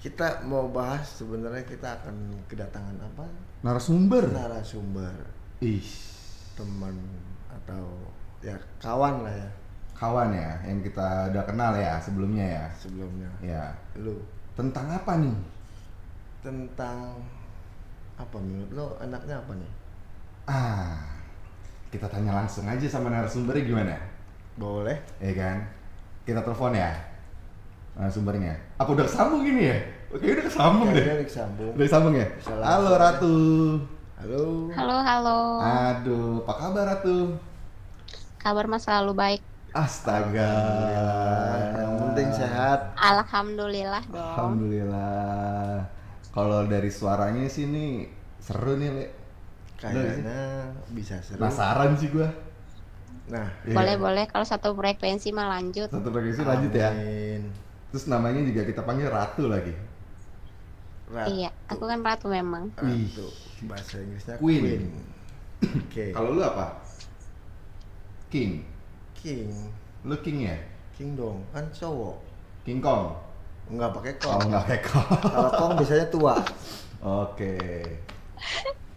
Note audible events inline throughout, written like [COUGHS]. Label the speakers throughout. Speaker 1: kita mau bahas sebenarnya kita akan kedatangan apa
Speaker 2: narasumber
Speaker 1: narasumber
Speaker 2: ih
Speaker 1: teman atau ya kawan lah ya
Speaker 2: kawan ya yang kita udah kenal ya sebelumnya ya
Speaker 1: sebelumnya
Speaker 2: ya
Speaker 1: lu
Speaker 2: tentang apa nih
Speaker 1: tentang apa menurut lo enaknya apa nih
Speaker 2: ah kita tanya langsung aja sama narasumbernya gimana
Speaker 1: boleh
Speaker 2: ya kan kita telepon ya narasumbernya apa udah kesambung ini ya oke udah kesambung deh
Speaker 1: kayaknya Rick sambung
Speaker 2: udah kesambung ya
Speaker 1: Bisa langsung
Speaker 2: halo
Speaker 1: ya.
Speaker 2: ratu
Speaker 1: halo
Speaker 3: Halo, halo.
Speaker 2: aduh apa kabar ratu
Speaker 3: Kabar Mas selalu baik.
Speaker 2: astaga
Speaker 1: Alhamdulillah. yang penting sehat
Speaker 3: Alhamdulillah dong.
Speaker 2: Alhamdulillah. Kalau dari suaranya sih nih seru nih, Le.
Speaker 1: kayaknya bisa seru
Speaker 2: Penasaran sih gua.
Speaker 1: nah
Speaker 2: Iya.
Speaker 3: Boleh, boleh. Kalau satu frekuensi mah lanjut.
Speaker 2: Satu frekuensi lanjut ya.
Speaker 1: amin.
Speaker 2: Terus namanya juga kita panggil Ratu lagi.
Speaker 1: Ratu.
Speaker 3: Iya, aku kan ratu memang.
Speaker 1: Ratu. bahasa Inggrisnya
Speaker 2: Queen.
Speaker 1: Queen, oke
Speaker 2: Kalau lu apa? King.
Speaker 1: King
Speaker 2: Lu King ya?
Speaker 1: King dong kan cowok
Speaker 2: King Kong.
Speaker 1: nggak pakai
Speaker 2: Oh,
Speaker 1: kong
Speaker 2: enggak kayak Kong.
Speaker 1: [LAUGHS] kalau kong biasanya tua
Speaker 2: Oke.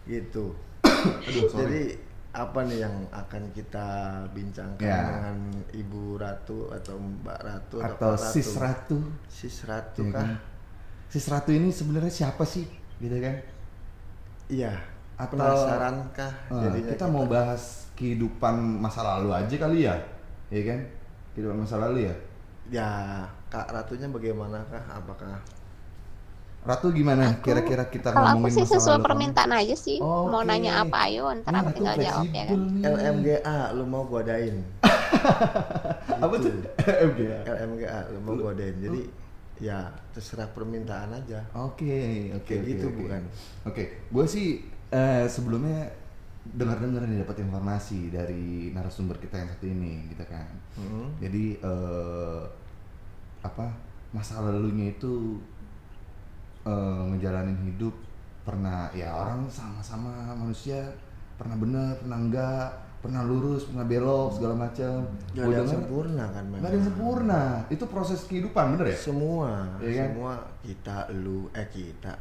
Speaker 1: gitu
Speaker 2: Aduh,
Speaker 1: jadi
Speaker 2: sorry.
Speaker 1: apa nih yang akan kita bincangkan
Speaker 2: Ya.
Speaker 1: dengan Ibu Ratu atau Mbak Ratu
Speaker 2: atau
Speaker 1: Pak
Speaker 2: Sis Ratu.
Speaker 1: Sis Ratu
Speaker 2: ya
Speaker 1: kah?
Speaker 2: kan? Sis Ratu ini sebenarnya siapa sih? Gitu kan?
Speaker 1: Iya.
Speaker 2: Atau-
Speaker 1: Penasaran kah?
Speaker 2: Ah,
Speaker 1: jadinya
Speaker 2: kita mau bahas kehidupan masa lalu aja kali ya, ya kan? Kehidupan masa lalu ya.
Speaker 1: ya Kak Ratunya bagaimana kah? Apakah
Speaker 2: Ratu gimana? Kira-kira kita
Speaker 3: Kalau aku
Speaker 2: ngomongin
Speaker 3: sih
Speaker 2: masa
Speaker 3: sesuai
Speaker 2: lalu kamu?
Speaker 3: permintaan aja sih. Mau
Speaker 2: Oh, Oke.
Speaker 3: nanya apa ayo, ntar
Speaker 2: Ini
Speaker 3: aku
Speaker 2: Ratu
Speaker 3: tinggal jawab ya kan.
Speaker 2: fleksibel nih.
Speaker 1: LMGA lu mau gua adain?
Speaker 2: [LAUGHS]
Speaker 1: Gitu.
Speaker 2: Apa
Speaker 1: [LAUGHS]
Speaker 2: tuh? LMGA.
Speaker 1: LMGA lu mau gua adain. Jadi ya terserah permintaan aja.
Speaker 2: Oke, oke,
Speaker 1: Kayak
Speaker 2: oke,
Speaker 1: gitu,
Speaker 2: oke.
Speaker 1: bukan?
Speaker 2: Oke, gue sih eh, sebelumnya dengar-dengar nih dapat informasi dari narasumber kita yang satu ini, gitu kan?
Speaker 1: Mm-mm.
Speaker 2: Jadi eh, apa masa lalunya itu eh, ngejalanin hidup pernah ya orang sama-sama manusia pernah bener pernah enggak pernah lurus pernah belok segala macam.
Speaker 1: Gak
Speaker 2: Gua
Speaker 1: ada yang
Speaker 2: denger,
Speaker 1: sempurna kan memang.
Speaker 2: nggak ada yang sempurna. Itu proses kehidupan bener ya?
Speaker 1: Semua,
Speaker 2: Iya kan?
Speaker 1: semua kita lu eh kita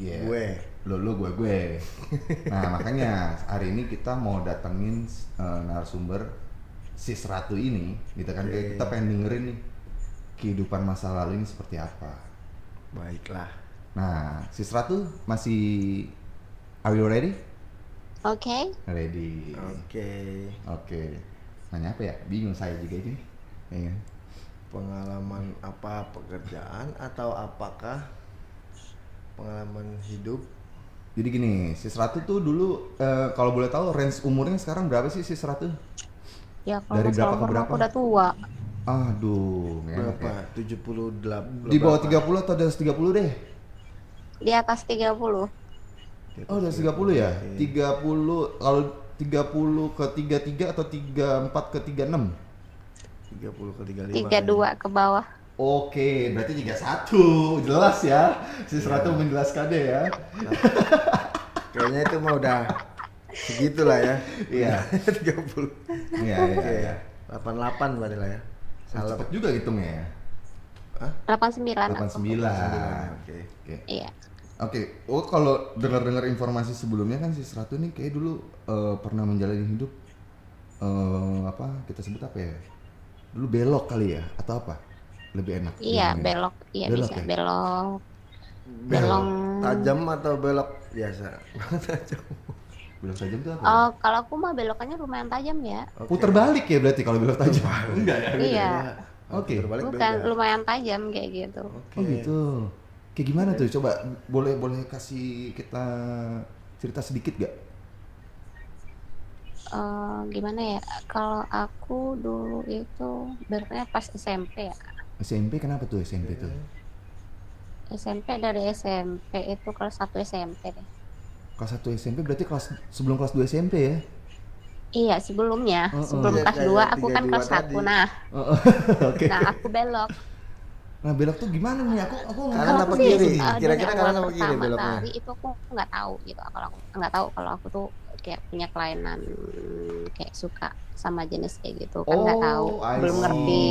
Speaker 2: Iya.
Speaker 1: gue.
Speaker 2: lo lo gue gue nah makanya hari ini kita mau datengin eh, narasumber sis ratu ini gitu kan Kayak
Speaker 1: Oke.
Speaker 2: kita pengen dengerin nih kehidupan masa lalu ini seperti apa
Speaker 1: Baiklah.
Speaker 2: nah sis ratu masih are you ready
Speaker 3: Oke.
Speaker 2: ready
Speaker 1: Oke.
Speaker 2: oke nanya apa ya bingung saya juga ini Iya kan?
Speaker 1: pengalaman apa pekerjaan atau apakah pengalaman hidup
Speaker 2: jadi gini sis ratu tuh dulu eh, kalau boleh tahu range umurnya sekarang berapa sih sis ratu
Speaker 3: Ya kalau
Speaker 2: Dari
Speaker 3: Mas
Speaker 2: berapa ke
Speaker 3: Solomon
Speaker 2: berapa?
Speaker 3: aku udah tua.
Speaker 2: aduh nggak enak ya.
Speaker 1: berapa? 78
Speaker 2: di bawah 30 atau di atas 30 deh
Speaker 3: Di atas 30.
Speaker 2: Oh, udah 30 ya? 30 kalau 30 ke 33 atau 34 ke 36?
Speaker 1: 30 ke 35.
Speaker 3: 32 ke bawah.
Speaker 2: Oke, berarti 31. Jelas ya. Si Serato menjelaskannya ya.
Speaker 1: Kayaknya itu mah udah segitulah ya. [LAUGHS]
Speaker 2: Iya.
Speaker 1: 30.
Speaker 2: Iya, iya,
Speaker 1: Oke.
Speaker 2: iya.
Speaker 1: 88 berarti lah ya. Salah.
Speaker 2: Cepet juga hitungnya ya.
Speaker 3: 89. aku.
Speaker 2: 89.
Speaker 1: Oke.
Speaker 2: Oke.
Speaker 3: Iya.
Speaker 2: Oke, oh kalau dengar-dengar informasi sebelumnya kan si Seratu nih kayak dulu eh, pernah menjalani hidup eh, apa kita sebut apa ya? Dulu belok kali ya atau apa? Lebih enak.
Speaker 3: Iya,
Speaker 2: bilangnya.
Speaker 3: belok. Iya
Speaker 2: Belok
Speaker 3: bisa
Speaker 2: ya?
Speaker 3: belok.
Speaker 1: Belok
Speaker 3: Belong.
Speaker 1: tajam atau belok
Speaker 2: [LAUGHS]
Speaker 1: biasa? tajam.
Speaker 2: Belok tajam tuh apa?
Speaker 3: Oh, kalau aku mah belokannya lumayan tajam ya.
Speaker 1: Oke.
Speaker 2: Puter balik ya berarti kalau belok tajam. Enggak ya.
Speaker 3: Iya.
Speaker 2: Oke.
Speaker 1: Terbalik
Speaker 3: Bukan
Speaker 1: beda.
Speaker 3: lumayan tajam kayak gitu.
Speaker 1: Oke.
Speaker 2: Oh gitu. Kayak gimana tuh? Coba boleh boleh kasih kita cerita sedikit gak?
Speaker 3: Eh, gimana ya? Kalau aku dulu itu berarti pas SMP ya.
Speaker 2: SMP kenapa tuh SMP tuh?
Speaker 3: SMP dari SMP itu kelas 1 SMP deh.
Speaker 2: Kelas 1 SMP berarti kelas sebelum kelas 2 SMP ya?
Speaker 3: Iya, sebelumnya,
Speaker 2: Oh, oh.
Speaker 3: sebelum
Speaker 1: Iya,
Speaker 3: kelas
Speaker 1: kayak
Speaker 3: 2 aku kan
Speaker 1: 32
Speaker 3: kelas 1.
Speaker 1: tadi. [LAUGHS]
Speaker 3: Nah,
Speaker 2: Oh, Oke.
Speaker 3: nah aku belok.
Speaker 2: Nah belok tuh gimana nih? Aku aku nggak
Speaker 1: Kanan
Speaker 3: Kalau
Speaker 1: apa
Speaker 3: aku sih,
Speaker 1: kiri?
Speaker 3: eh, dari
Speaker 1: Kira-kira kanan
Speaker 3: awal
Speaker 1: apa kiri
Speaker 3: pertama
Speaker 1: beloknya?
Speaker 3: kali itu aku nggak tahu gitu. Kalau aku nggak tahu kalau aku tuh kayak punya kelainan
Speaker 1: Oh,
Speaker 3: kayak suka sama jenis kayak gitu kan nggak tahu
Speaker 2: I
Speaker 3: belum
Speaker 2: see.
Speaker 3: ngerti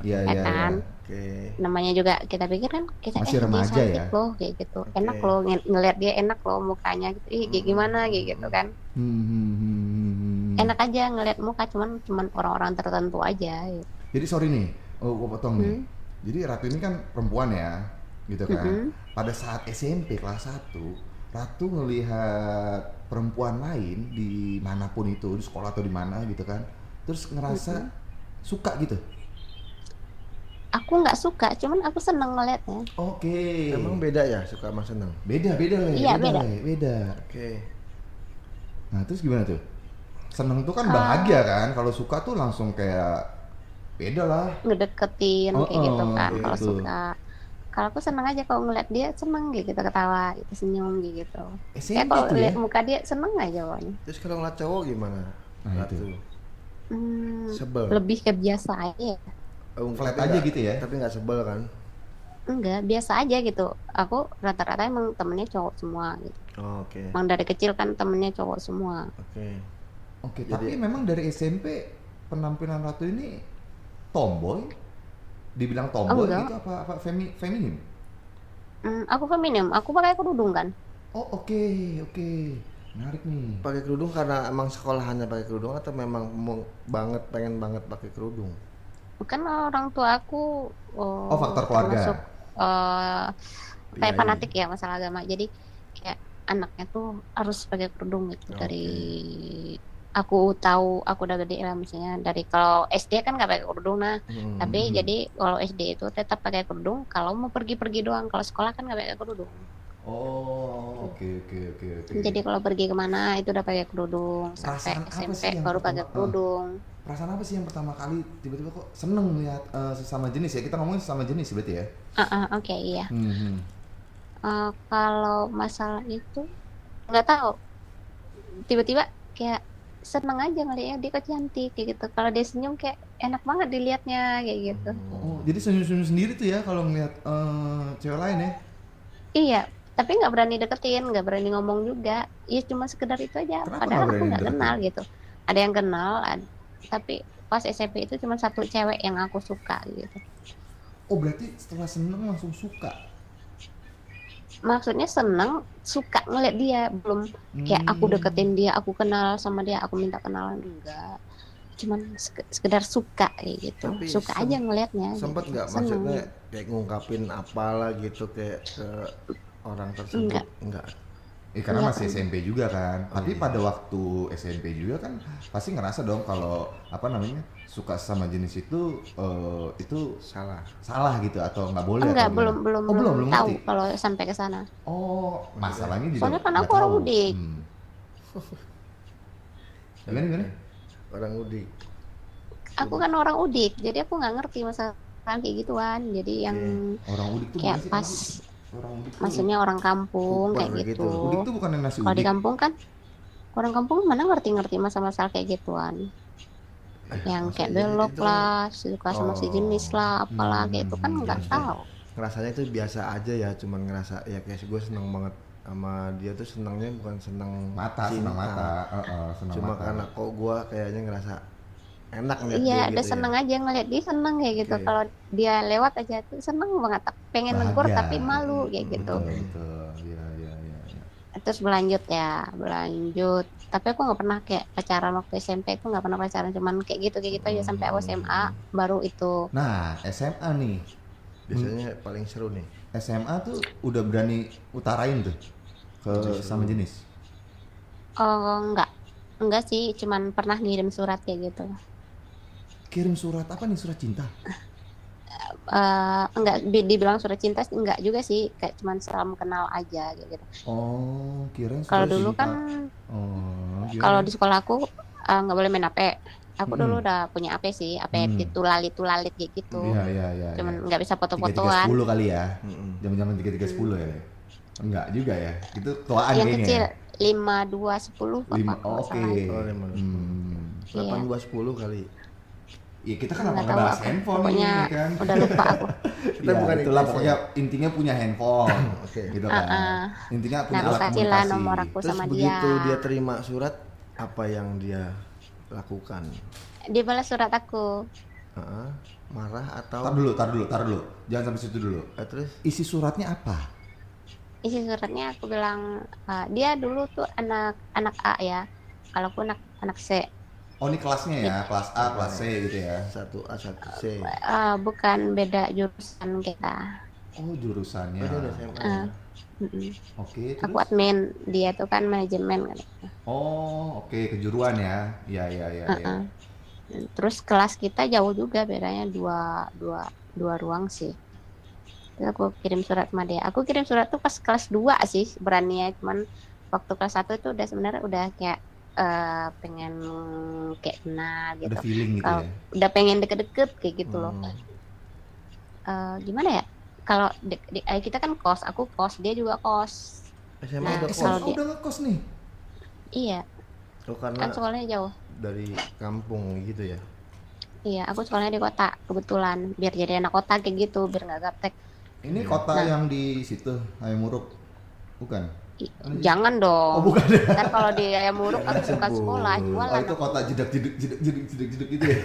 Speaker 2: Iya,
Speaker 3: Ya
Speaker 2: iya,
Speaker 3: kan?
Speaker 2: iya.
Speaker 1: Oke.
Speaker 3: namanya juga kita pikir kan kita
Speaker 2: Masih
Speaker 3: eh, dia
Speaker 2: remaja
Speaker 3: cantik
Speaker 2: ya?
Speaker 3: loh kayak gitu
Speaker 1: Oke.
Speaker 3: enak loh ng- ngelihat dia enak loh mukanya gitu ih kayak gimana kayak gitu kan
Speaker 2: Hmm, hmm, hmm, hmm, hmm.
Speaker 3: enak aja ngelihat muka cuman cuman orang-orang tertentu aja gitu.
Speaker 2: Jadi sorry nih, oh, gue potong nih.
Speaker 3: Hmm.
Speaker 2: Jadi Ratu ini kan perempuan ya, gitu kan.
Speaker 3: Mhm.
Speaker 2: Pada saat SMP kelas 1, Ratu ngelihat perempuan lain di manapun itu, di sekolah atau di mana gitu kan. Terus ngerasa
Speaker 3: Hmm.
Speaker 2: suka gitu.
Speaker 3: aku nggak suka cuman aku seneng ngelihatnya
Speaker 2: Oke.
Speaker 1: Emang beda ya suka sama seneng?
Speaker 2: beda beda Le.
Speaker 3: Iya,
Speaker 2: beda
Speaker 3: beda.
Speaker 2: Le. beda.
Speaker 1: Oke.
Speaker 2: Nah, terus gimana tuh? Seneng tuh kan
Speaker 3: Ah.
Speaker 2: bahagia kan. Kalau suka tuh langsung kayak beda lah.
Speaker 3: ngedeketin kayak gitu
Speaker 2: Oh,
Speaker 3: kan
Speaker 1: iya
Speaker 3: kalau
Speaker 2: itu.
Speaker 3: suka kalau aku seneng aja kalau ngeliat dia seneng gitu ketawa gitu senyum gitu kayak
Speaker 2: SMP
Speaker 3: kalau
Speaker 2: tuh ya.
Speaker 3: lihat muka dia seneng aja pokoknya
Speaker 1: Terus kalau ngeliat cowok gimana?
Speaker 2: Nah,
Speaker 1: Ratu.
Speaker 2: itu.
Speaker 3: Hmm,
Speaker 1: Sebel.
Speaker 3: lebih ke biasa aja ya?
Speaker 1: Oh, tapi
Speaker 2: Flat aja
Speaker 1: nggak-
Speaker 2: gitu ya?
Speaker 1: Tapi nggak sebel kan?
Speaker 3: enggak biasa aja gitu aku rata-rata emang temennya cowok semua gitu
Speaker 1: Oh, Oke.
Speaker 3: emang dari kecil kan temennya cowok semua
Speaker 1: Oke.
Speaker 2: Oke,
Speaker 1: Jadi-
Speaker 2: tapi memang dari SMP penampilan Ratu ini tomboy. Dibilang tomboy
Speaker 3: Enggak.
Speaker 2: gitu apa apa femi, feminim?
Speaker 3: Hmm, aku feminim aku pakai kerudung kan
Speaker 2: Oh, oke, oke. Menarik nih.
Speaker 1: Pakai kerudung karena emang sekolahannya pakai kerudung atau memang mau banget pengen banget pakai kerudung?
Speaker 3: bukan Kan orang tua aku
Speaker 2: Oh, faktor keluarga.
Speaker 3: termasuk, eh,
Speaker 1: Iya,
Speaker 3: kayak
Speaker 1: iya.
Speaker 3: fanatik ya masalah agama jadi kayak anaknya tuh harus pakai kerudung gitu
Speaker 1: Oke.
Speaker 3: dari aku tahu aku udah gede lah misalnya dari kalau SD kan nggak pakai kerudung nah
Speaker 1: Hmm.
Speaker 3: tapi
Speaker 2: Mhm.
Speaker 3: jadi kalau SD itu tetap pakai kerudung kalau mau pergi-pergi doang kalau sekolah kan nggak pakai kerudung
Speaker 2: Oh, oke oke oke oke.
Speaker 3: jadi kalau pergi kemana itu udah pakai kerudung
Speaker 2: Iya. Perasaan
Speaker 3: sampai
Speaker 2: apa sih
Speaker 3: SMP
Speaker 2: yang
Speaker 3: baru
Speaker 2: pertama-
Speaker 3: pakai
Speaker 2: ah.
Speaker 3: kerudung
Speaker 2: Perasaan apa sih yang pertama kali tiba-tiba kok seneng lihat eh, sesama jenis ya? Kita ngomongin sesama jenis berarti ya?
Speaker 3: ah ah, oke iya
Speaker 2: Hmm, hmm.
Speaker 3: Eh, kalau masalah itu nggak tahu tiba-tiba kayak seneng aja ngeliatnya dia kok cantik kayak gitu kalau dia senyum kayak enak banget dilihatnya kayak gitu
Speaker 1: Hmm.
Speaker 2: Oh, jadi senyum-senyum sendiri tuh ya kalau ngeliat eh, cewek lain ya?
Speaker 3: iya tapi nggak berani deketin nggak berani ngomong juga ya cuma sekedar itu aja
Speaker 2: Kenapa nggak
Speaker 3: padahal aku
Speaker 2: berani
Speaker 3: nggak
Speaker 2: deketin?
Speaker 3: kenal gitu ada yang kenal ad- tapi pas SMP itu cuma satu cewek yang aku suka gitu
Speaker 2: Oh, berarti setelah seneng langsung suka?
Speaker 3: maksudnya seneng suka ngeliat dia belum kayak aku
Speaker 2: Hmm.
Speaker 3: deketin dia aku kenal sama dia aku minta kenalan enggak cuman sek- sekedar suka kayak gitu
Speaker 1: Tapi
Speaker 3: suka
Speaker 1: sem-
Speaker 3: aja ngelihatnya
Speaker 1: Sempet
Speaker 3: gitu.
Speaker 1: nggak
Speaker 3: Seneng.
Speaker 1: maksudnya kayak ngungkapin apalah gitu kayak ke orang tersebut?
Speaker 3: Enggak.
Speaker 1: Enggak.
Speaker 2: Eh, karena
Speaker 3: Iya,
Speaker 2: masih
Speaker 3: kan.
Speaker 2: SMP juga kan.
Speaker 1: Oh,
Speaker 2: Tapi
Speaker 1: iya.
Speaker 2: pada waktu SMP juga kan pasti ngerasa dong kalau apa namanya suka sama jenis itu eh, itu
Speaker 1: Salah.
Speaker 2: salah gitu atau nggak boleh?
Speaker 3: enggak
Speaker 2: atau
Speaker 3: belum
Speaker 2: gimana?
Speaker 3: belum
Speaker 2: Oh, belum,
Speaker 3: belum,
Speaker 2: belum
Speaker 3: tahu
Speaker 2: ngerti.
Speaker 3: kalau sampai ke sana
Speaker 2: Oh, masalahnya juga.
Speaker 3: Soalnya kan
Speaker 2: nggak
Speaker 3: aku orang
Speaker 2: tahu.
Speaker 3: udik.
Speaker 2: Hmm. Gimana gimana?
Speaker 1: Orang udik.
Speaker 3: aku kan orang udik jadi aku nggak ngerti masalah kayak gituan jadi yang
Speaker 2: Orang udik tuh
Speaker 3: kayak
Speaker 2: gimana sih?
Speaker 3: pas
Speaker 2: Orang udik tuh.
Speaker 3: maksudnya orang kampung
Speaker 1: Kuper
Speaker 3: kayak
Speaker 1: gitu.
Speaker 3: gitu,
Speaker 2: Udik tuh bukan nasi
Speaker 3: kalau di
Speaker 2: udik.
Speaker 3: kampung kan orang kampung mana ngerti-ngerti masalah-masalah kayak gituan yang
Speaker 1: maksudnya
Speaker 3: kayak
Speaker 1: jadi
Speaker 3: belok
Speaker 1: itu-
Speaker 3: lah suka sama si
Speaker 1: Oh.
Speaker 3: jenis lah apalah
Speaker 2: Hmm,
Speaker 3: kayak gitu kan nggak
Speaker 2: iya.
Speaker 3: tahu
Speaker 1: Ngerasanya tuh biasa aja ya, cuman ngerasa ya kayak gue seneng banget sama dia tuh senangnya bukan seneng
Speaker 2: Mata,
Speaker 1: cinta.
Speaker 2: senang mata. Eh, eh, senang
Speaker 1: Cuma
Speaker 2: mata.
Speaker 1: karena kok gue kayaknya ngerasa enak ngeliat dia
Speaker 3: Iya,
Speaker 1: gitu
Speaker 3: udah
Speaker 1: ya. Iya,
Speaker 3: seneng aja ngeliat dia seneng kayak gitu.
Speaker 1: Oke.
Speaker 3: Kalau dia lewat aja tuh seneng banget, tak- pengen negur
Speaker 2: Bahagia.
Speaker 3: tapi malu kayak
Speaker 1: Mm,
Speaker 3: gitu.
Speaker 2: Betul, betul. Iya, iya, iya. iya.
Speaker 3: Terus berlanjut ya, berlanjut. Tapi aku nggak pernah kayak pacaran waktu SMP, aku nggak pernah pacaran, cuman kayak gitu kayak gitu aja sampai
Speaker 1: Hmm.
Speaker 3: aku SMA baru itu.
Speaker 2: Nah, SMA nih.
Speaker 1: Biasanya paling seru nih.
Speaker 2: SMA tuh udah berani utarain tuh ke sama jenis.
Speaker 3: Oh enggak, enggak sih, cuman pernah ngirim surat kayak gitu.
Speaker 2: Kirim surat apa nih surat cinta?
Speaker 3: Eh enggak di- dibilang surat cinta sih, enggak juga sih, kayak cuman salam kenal aja kayak gitu.
Speaker 2: Oh, kirain
Speaker 3: Kalau
Speaker 2: surat
Speaker 3: dulu
Speaker 2: cinta.
Speaker 3: kan
Speaker 2: oh, gimana?
Speaker 3: kalau di sekolah aku eh, nggak boleh main HP. Aku dulu
Speaker 2: Mm-mm.
Speaker 3: udah punya HP sih, HP
Speaker 2: Mm.
Speaker 3: ditulalit tulalit kayak gitu.
Speaker 2: Hmm. Iya, iya, iya.
Speaker 3: Cuman nggak bisa
Speaker 2: tiga
Speaker 3: foto-fotoan.
Speaker 2: sepuluh kali ya.
Speaker 1: Mm-mm.
Speaker 2: Zaman-zaman tiga tiga sepuluh ya. Le? Enggak juga ya. Itu tuaan
Speaker 3: Yang
Speaker 2: kayaknya.
Speaker 3: kecil
Speaker 2: ya?
Speaker 3: lima dua sepuluh
Speaker 2: Lima. oh, Oke.
Speaker 1: Oh, lima, dua,
Speaker 2: Hmm.
Speaker 3: Iya,
Speaker 1: Delapan dua sepuluh kali.
Speaker 2: Ya kita kan apa
Speaker 3: Nggak
Speaker 2: nggak
Speaker 3: tahu
Speaker 2: bahas
Speaker 3: aku.
Speaker 2: handphone
Speaker 3: Pokoknya
Speaker 2: ini kan.
Speaker 3: udah lupa
Speaker 2: [LAUGHS]
Speaker 3: aku.
Speaker 1: Kita
Speaker 2: ya,
Speaker 1: bukan
Speaker 2: itulah
Speaker 1: influencer.
Speaker 2: pokoknya intinya punya handphone
Speaker 1: Iya, Oke.
Speaker 2: gitu
Speaker 3: Ah,
Speaker 2: kan.
Speaker 3: ah.
Speaker 2: Intinya punya
Speaker 3: Nah,
Speaker 2: alat
Speaker 3: dikasih lah
Speaker 2: komunikasi.
Speaker 3: nomor aku
Speaker 1: Terus
Speaker 3: sama
Speaker 1: begitu dia.
Speaker 3: dia.
Speaker 1: terima surat, apa yang dia lakukan?
Speaker 3: Dia balas surat aku.
Speaker 1: Heeh. marah atau
Speaker 2: Tar dulu, tar dulu, tar dulu. Jangan sampai situ dulu.
Speaker 1: Eh, terus
Speaker 2: Isi suratnya apa?
Speaker 3: isi suratnya aku bilang "Ah, dia dulu tuh anak anak A ya kalau aku anak anak C
Speaker 2: Oh ini kelasnya ya, kelas A, kelas C gitu ya.
Speaker 1: satu A satu C.
Speaker 2: Iya.
Speaker 3: Eh, bukan beda jurusan kita
Speaker 2: Oh jurusannya.
Speaker 1: Berarti udah SMA.
Speaker 3: Eh. Mm-mm.
Speaker 2: Oke.
Speaker 3: aku
Speaker 2: terus?
Speaker 3: admin dia tuh kan manajemen kan
Speaker 2: Oh oke kejuruan ya. Ya ya ya. ya.
Speaker 3: Heeh. terus kelas kita jauh juga bedanya dua dua dua ruang sih Terus aku kirim surat sama dia aku kirim surat tuh pas kelas 2 sih beraninya cuman waktu kelas 1 itu udah sebenarnya udah kayak eh, pengen kayak kenal gitu
Speaker 2: Ada feeling gitu
Speaker 3: Kalau-
Speaker 2: ya.
Speaker 3: udah pengen deket-deket kayak gitu loh
Speaker 1: Hmm.
Speaker 3: Eh, gimana ya kalau de- de- eh, kita kan kos aku kos dia juga kos
Speaker 1: SMA
Speaker 3: Nah,
Speaker 1: udah
Speaker 2: Eh,
Speaker 1: kos.
Speaker 3: kalau
Speaker 2: oh,
Speaker 3: dia-
Speaker 2: udah ngekos nih.
Speaker 3: iya
Speaker 1: Oh, karena
Speaker 3: kan sekolahnya jauh
Speaker 1: dari kampung gitu ya.
Speaker 3: iya aku sekolahnya di kota kebetulan biar jadi anak kota kayak gitu biar nggak gaptek
Speaker 2: Ini kota
Speaker 3: Nah.
Speaker 2: yang di situ Ayam Muruk, bukan?
Speaker 3: I-
Speaker 2: Oh, iya.
Speaker 3: jangan dong
Speaker 2: Oh bukan. ya.
Speaker 3: Ntar kalau di ayam muruk aku bukan
Speaker 1: Sebut.
Speaker 3: sekolah
Speaker 2: Oh
Speaker 3: jualan
Speaker 2: itu kota jedak jeduk jeduk jeduk jeduk jeduk gitu [LAUGHS] ya.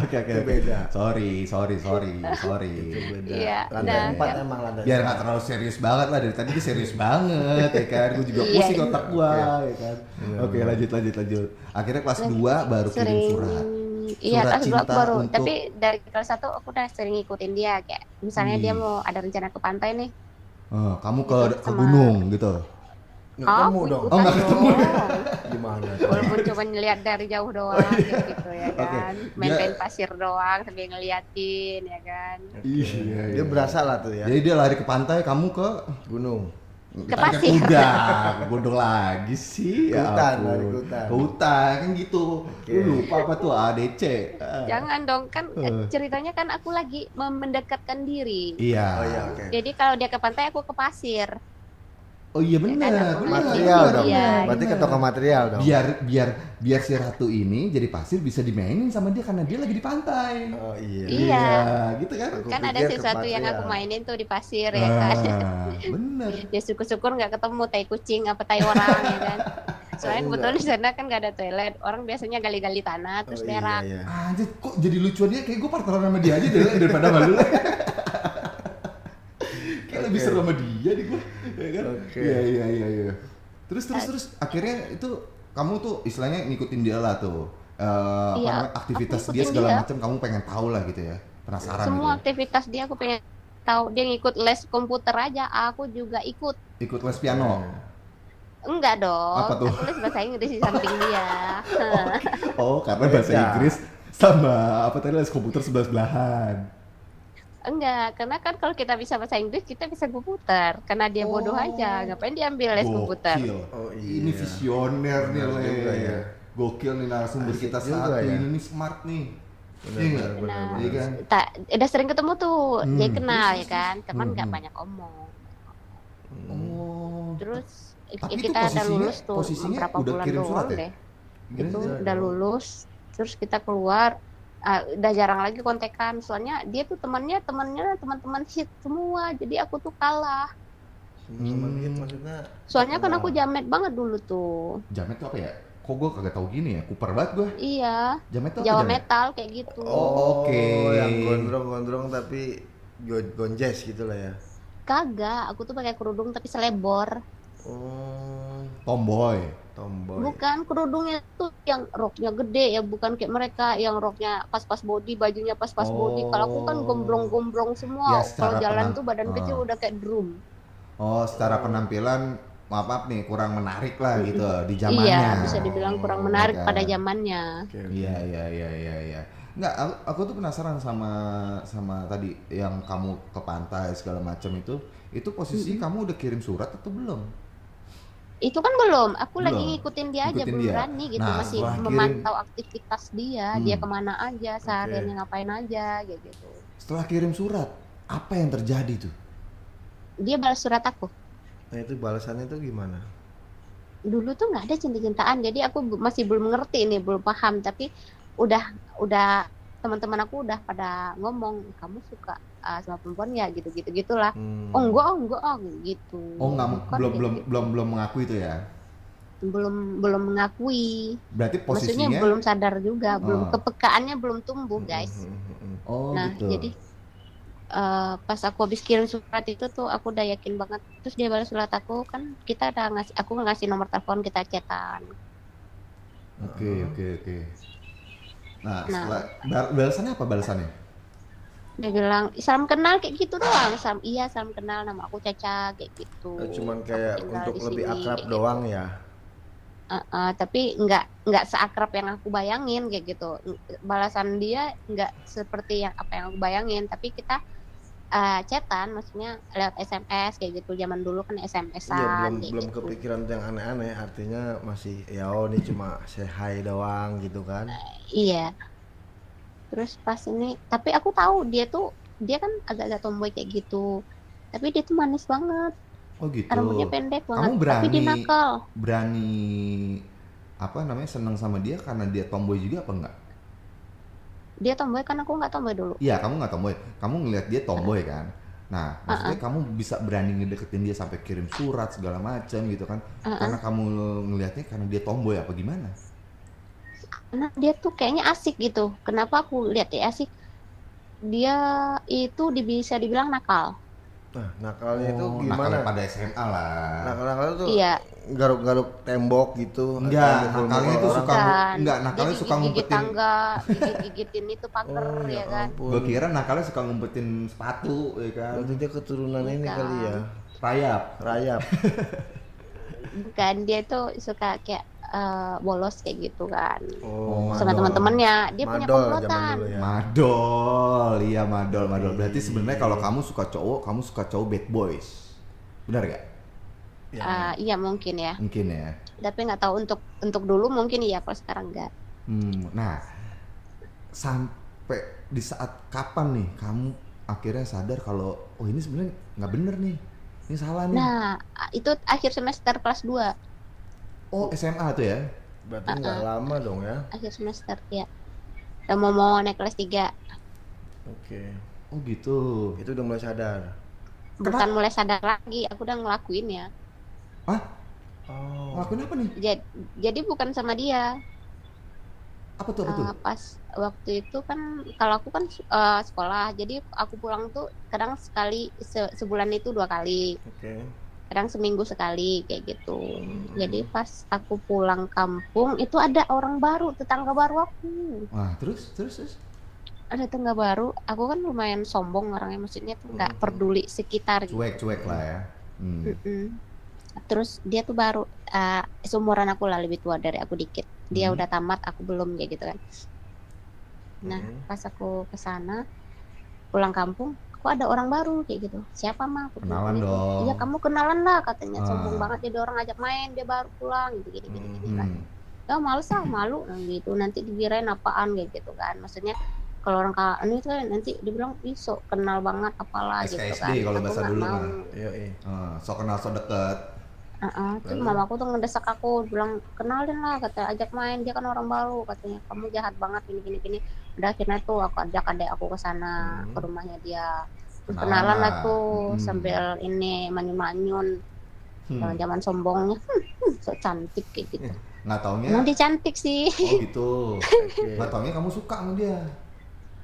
Speaker 2: Oke oke.
Speaker 1: Itu
Speaker 2: oke.
Speaker 1: beda.
Speaker 2: Sorry sorry sorry sorry.
Speaker 1: Itu beda.
Speaker 3: Iya,
Speaker 1: Lantai
Speaker 2: nah,
Speaker 1: empat
Speaker 2: iya.
Speaker 1: emang lantai.
Speaker 2: Biar
Speaker 1: empat.
Speaker 2: nggak terlalu serius banget lah dari tadi dia serius banget ya kan. Gue juga
Speaker 3: Iya,
Speaker 2: pusing
Speaker 3: iya.
Speaker 2: otak gua ya kan.
Speaker 1: Iya,
Speaker 2: Oke
Speaker 1: iya.
Speaker 2: lanjut lanjut lanjut. Akhirnya kelas 2 baru kirim
Speaker 3: sering
Speaker 2: surat.
Speaker 3: iya
Speaker 2: Surat
Speaker 3: kelas dua
Speaker 2: cinta
Speaker 3: aku baru
Speaker 2: untuk-
Speaker 3: tapi dari kelas satu aku udah sering ngikutin dia kayak misalnya dia
Speaker 2: Wih.
Speaker 3: mau ada rencana ke pantai nih
Speaker 2: Eh, kamu ke ke
Speaker 3: Sama-
Speaker 2: gunung gitu.
Speaker 1: Nggak ketemu
Speaker 3: aku
Speaker 1: dong.
Speaker 3: ikutan
Speaker 2: Oh, nggak ketemu.
Speaker 3: dong.
Speaker 1: Gimana?
Speaker 3: walaupun cuma ngeliat dari jauh doang kayak gitu
Speaker 2: Oh,
Speaker 3: ya
Speaker 2: iya. Oke.
Speaker 3: kan main-main pasir doang sambil ngeliatin ya kan
Speaker 2: [LAUGHS] Iya,
Speaker 1: Dia
Speaker 2: iya.
Speaker 1: berasa lah tuh ya.
Speaker 2: Jadi dia lari ke pantai, kamu ke
Speaker 1: Gunung.
Speaker 3: Ke
Speaker 2: Tadi
Speaker 3: pasir.
Speaker 2: kuda, ke gunung lagi sih.
Speaker 1: Ke
Speaker 2: ya
Speaker 1: hutan,
Speaker 2: ampun.
Speaker 1: lari ke hutan.
Speaker 2: Ke hutan, kan gitu.
Speaker 1: Oke.
Speaker 2: Lu lupa apa tuh ADC? Ah.
Speaker 3: jangan dong kan
Speaker 2: Eh.
Speaker 3: ceritanya kan aku lagi mem- mendekatkan diri
Speaker 2: Iya.
Speaker 1: Oh iya oke.
Speaker 3: jadi kalau dia ke pantai aku ke pasir
Speaker 2: Oh iya benar.
Speaker 3: Iya, kan,
Speaker 2: benar,
Speaker 1: Material
Speaker 2: benar,
Speaker 1: dong.
Speaker 3: Iya,
Speaker 2: benar,
Speaker 1: Berarti ke
Speaker 2: benar.
Speaker 1: toko material dong.
Speaker 2: biar biar biar si ratu ini jadi pasir bisa dimainin sama dia karena dia lagi di pantai.
Speaker 1: Oh iya.
Speaker 3: Iya.
Speaker 2: gitu kan?
Speaker 1: Aku
Speaker 3: kan ada
Speaker 1: pikir
Speaker 3: sesuatu yang
Speaker 1: kepatrian.
Speaker 3: aku mainin tuh di pasir ya kan
Speaker 2: iya. Ah, bener.
Speaker 3: ya syukur-syukur nggak ketemu tai kucing apa tai orang ya
Speaker 2: [LAUGHS]
Speaker 3: kan soalnya
Speaker 1: Oh,
Speaker 3: kebetulan di sana kan nggak ada toilet orang biasanya gali-gali tanah terus
Speaker 1: Oh, iya,
Speaker 3: berak
Speaker 1: iya.
Speaker 2: Anjir, kok jadi lucuan dia? Kayak gue partneran sama dia aja deh, daripada sama
Speaker 1: [LAUGHS]
Speaker 2: lu lah. Kayak lebih
Speaker 1: Oke.
Speaker 2: seru sama dia deh gue. Ya kan?
Speaker 1: Oke.
Speaker 2: Iya, iya, iya, iya. Terus, terus,
Speaker 3: Eh.
Speaker 2: terus. Akhirnya itu kamu tuh istilahnya ngikutin dia lah tuh. Eh, apa
Speaker 3: Iya,
Speaker 2: namanya, aktivitas
Speaker 3: aku
Speaker 2: dia
Speaker 3: ngikutin
Speaker 2: segala
Speaker 3: dia.
Speaker 2: macam kamu pengen tahu lah gitu ya. Penasaran
Speaker 3: semua
Speaker 2: gitu.
Speaker 3: aktivitas dia aku pengen tahu dia ngikut les komputer aja aku juga ikut
Speaker 2: ya. Ikut les piano.
Speaker 3: enggak dong
Speaker 2: Apa tuh?
Speaker 3: aku les bahasa Inggris di samping dia
Speaker 2: Oh, karena bahasa
Speaker 1: Beda.
Speaker 2: Inggris sama apa tadi les komputer sebelah-sebelahan.
Speaker 3: enggak karena kan kalau kita bisa bahasa Inggris kita bisa komputer karena dia bodoh
Speaker 2: Oh.
Speaker 3: aja ngapain dia ambil les komputer
Speaker 2: Gokil.
Speaker 1: Oh iya.
Speaker 2: Ini visioner nih,
Speaker 1: Benar
Speaker 2: Le.
Speaker 1: juga ya.
Speaker 2: Gokil nih narasumber
Speaker 1: Asik
Speaker 2: kita
Speaker 1: juga
Speaker 2: satu
Speaker 1: ya.
Speaker 2: ini nih smart nih.
Speaker 1: Benar,
Speaker 2: Iya
Speaker 1: benar,
Speaker 2: nggak?
Speaker 1: benar,
Speaker 3: Nah.
Speaker 2: Iya
Speaker 1: benar.
Speaker 2: kan?
Speaker 3: tak udah sering ketemu tuh
Speaker 2: Hmm.
Speaker 3: dia kenal ya kan teman
Speaker 2: Hmm,
Speaker 3: nggak
Speaker 2: hmm.
Speaker 3: banyak omong
Speaker 1: Hmm.
Speaker 2: Oh.
Speaker 3: terus
Speaker 2: Tapi itu
Speaker 3: kita udah
Speaker 2: posisinya-
Speaker 3: lulus tuh
Speaker 2: posisinya
Speaker 3: beberapa
Speaker 2: udah
Speaker 3: bulan
Speaker 2: kirim
Speaker 3: doang
Speaker 2: surat ya?
Speaker 3: deh
Speaker 2: Gimana
Speaker 3: itu
Speaker 2: sih?
Speaker 1: Iya,
Speaker 3: udah
Speaker 1: dong.
Speaker 3: lulus terus kita keluar ah, udah jarang lagi kontekan soalnya dia tuh temannya temannya teman-teman hit semua jadi aku tuh kalah
Speaker 1: Teman-teman
Speaker 2: Hmm.
Speaker 1: gitu maksudnya.
Speaker 3: soalnya kan aku
Speaker 1: Nah.
Speaker 3: jamet banget dulu tuh
Speaker 2: Jamet tuh apa ya? Kok gue kagak tau gini ya? Kuper banget gue.
Speaker 3: iya
Speaker 2: Jamet tuh apa
Speaker 3: jawa
Speaker 2: jamet?
Speaker 3: metal kayak gitu
Speaker 1: Oh,
Speaker 2: Oke.
Speaker 1: yang gondrong-gondrong tapi go- gonjes gitu lah ya.
Speaker 3: kagak aku tuh pakai kerudung tapi selebor
Speaker 1: Oh,
Speaker 2: Tomboy. Oh, iya.
Speaker 1: tomboy.
Speaker 3: bukan kerudungnya tuh yang roknya gede ya bukan kayak mereka yang roknya pas-pas body bajunya pas-pas body kalau aku kan
Speaker 2: Oh.
Speaker 3: gombrong-gombrong semua
Speaker 2: Ya, secara
Speaker 3: kalau jalan
Speaker 2: penam-
Speaker 3: tuh badan
Speaker 2: Ah.
Speaker 3: kecil udah kayak drum
Speaker 2: Oh, secara penampilan maaf maaf nih kurang menarik lah gitu di zamannya.
Speaker 3: Iya, bisa dibilang kurang menarik
Speaker 2: Iya kan?
Speaker 3: pada zamannya.
Speaker 1: Oke, oke.
Speaker 2: Iya iya iya iya iya. Nggak, aku, aku tuh penasaran sama sama tadi yang kamu ke pantai segala macam itu. Itu posisi kamu udah kirim surat atau belum?
Speaker 3: Itu kan belum, aku lagi
Speaker 2: Belum.
Speaker 3: ngikutin dia aja,
Speaker 2: Ngikutin
Speaker 3: belum
Speaker 2: dia.
Speaker 3: berani gitu,
Speaker 2: Nah,
Speaker 3: masih
Speaker 2: setelah kirim-
Speaker 3: memantau aktivitas dia, dia
Speaker 2: Hmm.
Speaker 3: kemana aja, sehariannya ngapain aja, kayak gitu.
Speaker 2: Setelah kirim surat, apa yang terjadi tuh?
Speaker 3: Dia balas surat aku.
Speaker 1: Nah, itu balasannya itu gimana?
Speaker 3: Dulu tuh nggak ada cinta-cintaan, jadi aku bu- masih belum ngerti ini, belum paham, tapi udah udah teman-teman aku udah pada ngomong kamu suka ah, sama perempuan ya gitu gitu gitulah
Speaker 1: Hmm.
Speaker 3: oh enggak oh enggak oh gitu
Speaker 2: Oh, nggak
Speaker 3: Bukan
Speaker 2: belum
Speaker 3: kayak
Speaker 2: belum
Speaker 3: gitu.
Speaker 2: belum belum mengakui itu ya?
Speaker 3: belum belum mengakui
Speaker 2: Berarti
Speaker 3: maksudnya
Speaker 2: posisinya
Speaker 3: belum sadar juga belum
Speaker 2: Ah.
Speaker 3: kepekaannya belum tumbuh guys
Speaker 1: Mm, mm, mm, mm.
Speaker 2: Oh,
Speaker 3: nah
Speaker 2: gitu.
Speaker 3: jadi eh, pas aku habis kirim surat itu tuh aku udah yakin banget terus dia balas surat aku kan kita udah ngasih aku ngasih nomor telepon kita chatan
Speaker 2: Oke, oke, oke. Nah,
Speaker 3: Hmm. Nah.
Speaker 2: setelah bal- balasannya apa balasannya?
Speaker 3: dia bilang salam kenal kayak gitu doang salam iya salam kenal nama aku Caca kayak gitu
Speaker 1: Eh, Cuman kayak
Speaker 3: Aku tinggal
Speaker 1: untuk
Speaker 3: di
Speaker 1: lebih
Speaker 3: sini,
Speaker 1: akrab
Speaker 3: kayak
Speaker 1: doang ya.
Speaker 3: Eh, eh, tapi nggak nggak seakrab yang aku bayangin kayak gitu balasan dia nggak seperti yang apa yang aku bayangin tapi kita eh chatan maksudnya lewat SMS kayak gitu zaman dulu kan
Speaker 1: Iya
Speaker 3: SMS-an
Speaker 1: belum
Speaker 3: kayak
Speaker 1: belum
Speaker 3: gitu.
Speaker 1: kepikiran tuh yang aneh-aneh. Artinya masih ya oh ini cuma say hi doang gitu kan.
Speaker 3: iya terus pas ini tapi aku tahu dia tuh dia kan agak-agak tomboy kayak gitu tapi dia tuh manis banget
Speaker 2: Oh, gitu.
Speaker 3: rambutnya pendek banget
Speaker 2: Kamu
Speaker 3: tapi dia
Speaker 2: berani-
Speaker 3: nakal
Speaker 2: Berani apa namanya seneng sama dia karena dia tomboy juga apa enggak?
Speaker 3: dia tomboy kan aku nggak tomboy dulu
Speaker 2: Iya, kamu nggak tomboy. Kamu ngelihat dia tomboy kan.
Speaker 3: Uh-uh.
Speaker 2: Nah, maksudnya kamu bisa berani ngedeketin dia sampai kirim surat segala macam gitu kan?
Speaker 3: Uh-uh.
Speaker 2: Karena kamu ngelihatnya karena dia tomboy apa gimana?
Speaker 3: karena dia tuh kayaknya asik gitu. Kenapa aku lihat dia asik? Dia itu di- bisa dibilang nakal.
Speaker 1: Nah nakalnya itu
Speaker 2: Oh,
Speaker 1: gimana? Nah,
Speaker 2: nakalnya pada SMA lah.
Speaker 1: Nakal-nakal tuh
Speaker 3: Iya,
Speaker 1: garuk-garuk tembok gitu.
Speaker 2: Enggak,
Speaker 1: atau mukul-mukul
Speaker 2: nakalnya tuh
Speaker 1: orang.
Speaker 2: suka
Speaker 3: kan.
Speaker 2: enggak nakalnya
Speaker 3: Dia
Speaker 2: suka
Speaker 3: gigit-gigit
Speaker 1: [LAUGHS]
Speaker 2: ngumpetin.
Speaker 3: tangga, gigit-gigitin itu pagar
Speaker 1: Oh
Speaker 3: ya
Speaker 1: ya
Speaker 3: kan.
Speaker 1: ampun.
Speaker 2: Gue kira nakalnya suka ngumpetin sepatu ya kan.
Speaker 1: Berarti dia keturunan ini
Speaker 3: Bukan.
Speaker 1: kali ya,
Speaker 2: Rayap.
Speaker 3: [LAUGHS]
Speaker 1: rayap.
Speaker 3: Bukan Kan, dia tuh suka kayak eh, bolos kayak gitu kan.
Speaker 1: Oh,
Speaker 3: Sama
Speaker 2: madol.
Speaker 3: teman-temannya, dia punya
Speaker 1: madol zaman
Speaker 3: komplotan.
Speaker 1: dulu ya.
Speaker 2: Madol, iya madol, madol. Berarti
Speaker 1: Iya.
Speaker 2: sebenarnya kalau kamu suka cowok, kamu suka cowok bad boys. Benar gak?
Speaker 1: Ya.
Speaker 3: Eh, iya mungkin ya.
Speaker 2: Mungkin ya.
Speaker 3: Tapi nggak tahu untuk untuk dulu mungkin iya, kalau sekarang nggak.
Speaker 2: Hmm, nah, sampai di saat kapan nih kamu akhirnya sadar kalau oh ini sebenarnya nggak bener nih, ini salah
Speaker 1: Hmm.
Speaker 2: nih.
Speaker 3: Nah, itu akhir semester kelas 2,
Speaker 2: Oh SMA tuh ya?
Speaker 3: eh,
Speaker 1: Berarti nggak lama dong ya.
Speaker 3: akhir semester ya. Udah mau mau naik kelas 3.
Speaker 1: Oke.
Speaker 2: Oh gitu.
Speaker 1: Itu udah mulai sadar.
Speaker 3: bukan mulai sadar lagi aku udah ya. ngelakuinnya
Speaker 1: Oh.
Speaker 2: Ngelakuin apa nih?
Speaker 3: jadi, jadi bukan sama dia
Speaker 2: Apa
Speaker 1: Oh,
Speaker 2: tuh apa tuh?
Speaker 3: Eh, pas waktu itu kan kalau aku kan eh, sekolah jadi aku pulang tuh kadang sekali se- sebulan itu dua kali
Speaker 1: Oke.
Speaker 3: kadang seminggu sekali kayak gitu
Speaker 1: Hmm.
Speaker 3: jadi pas aku pulang kampung itu ada orang baru tetangga baru aku
Speaker 2: Wah Nah, terus terus terus.
Speaker 3: ada tetangga baru aku kan lumayan sombong orangnya maksudnya tuh nggak
Speaker 1: Hmm.
Speaker 3: peduli sekitar gitu
Speaker 2: Cuek cuek lah ya. Hmm.
Speaker 3: Mm-mm. Terus dia tuh baru uh, seumuran aku lah lebih tua dari aku dikit. Dia
Speaker 2: Hmm.
Speaker 3: udah tamat, aku belum kayak gitu kan. Nah,
Speaker 1: Hmm.
Speaker 3: pas aku ke sana pulang kampung, kok ada orang baru kayak gitu. Siapa mah? Aku bilang
Speaker 2: Kenalan
Speaker 3: gitu.
Speaker 2: dong.
Speaker 3: Iya, kamu kenalan lah katanya. Sombong
Speaker 2: Ah.
Speaker 3: banget jadi orang ajak main, dia baru pulang gitu gini gini gini kan.
Speaker 2: Hmm.
Speaker 3: Ya males ah, malu nah, gitu. Nanti dikirain apaan kayak gitu kan. Maksudnya kalau orang kalah ini tuh nanti dibilang ih sok kenal banget apalah gitu kan.
Speaker 2: SKSD kalau
Speaker 3: Aku
Speaker 2: bahasa
Speaker 3: nggak
Speaker 2: dulu
Speaker 3: mau.
Speaker 2: mah.
Speaker 1: Iya,
Speaker 3: [LAUGHS]
Speaker 1: iya.
Speaker 2: Ah, so kenal so deket.
Speaker 3: Heeh, terus
Speaker 1: Lalu?
Speaker 3: mamaku tuh ngedesak aku bilang kenalin lah kata ajak main dia kan orang baru katanya kamu jahat banget gini gini gini udah akhirnya tuh aku ajak adek aku ke sana
Speaker 1: Hmm.
Speaker 3: ke rumahnya dia Terus
Speaker 2: Kenalan
Speaker 3: kenalan lah
Speaker 2: lah.
Speaker 3: tuh
Speaker 2: Hmm.
Speaker 3: sambil ini manyun-manyun
Speaker 2: Hmm.
Speaker 3: jangan zaman sombongnya [LAUGHS] hmm, hmm, so cantik kayak gitu
Speaker 2: Nggak taunya.
Speaker 3: emang dia cantik sih [LAUGHS]
Speaker 2: Oh gitu.
Speaker 1: Oke.
Speaker 2: Nggak taunya kamu suka sama dia.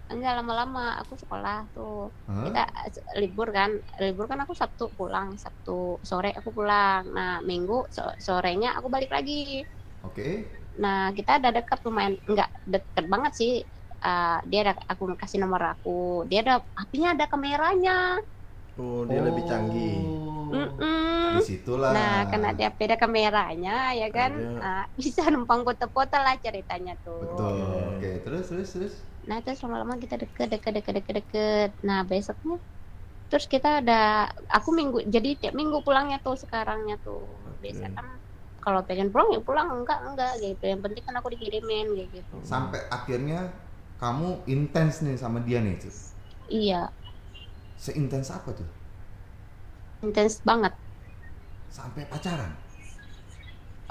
Speaker 3: enggak lama-lama aku sekolah tuh
Speaker 2: Hah?
Speaker 3: kita eh, se- libur kan libur kan aku sabtu pulang sabtu sore aku pulang nah minggu so- sorenya aku balik lagi
Speaker 2: Oke.
Speaker 3: Nah, kita ada dekat lumayan nggak deket banget sih. Eh, dia ada aku kasih nomor aku. Dia ada HP-nya ada kameranya.
Speaker 1: Oh, dia lebih canggih.
Speaker 2: Oh.
Speaker 3: Mm-mm.
Speaker 2: Di situlah.
Speaker 3: Nah, karena dia HP ada kameranya ya kan.
Speaker 1: Ada.
Speaker 3: Ah, bisa numpang foto-foto lah ceritanya tuh.
Speaker 2: Betul. Oke, terus terus terus.
Speaker 3: Nah, terus lama-lama kita deket deket deket deket deket. Nah, besoknya terus kita ada aku minggu jadi tiap minggu pulangnya tuh sekarangnya tuh. Biasa
Speaker 1: Oke.
Speaker 3: kan kalau pengen pulang ya pulang enggak enggak gitu. Yang penting kan aku dikirimin kayak gitu.
Speaker 2: Oh. Sampai akhirnya kamu intens nih sama dia nih, Cus.
Speaker 3: Iya,
Speaker 2: Seintens apa tuh?
Speaker 3: intens banget.
Speaker 2: Sampai pacaran.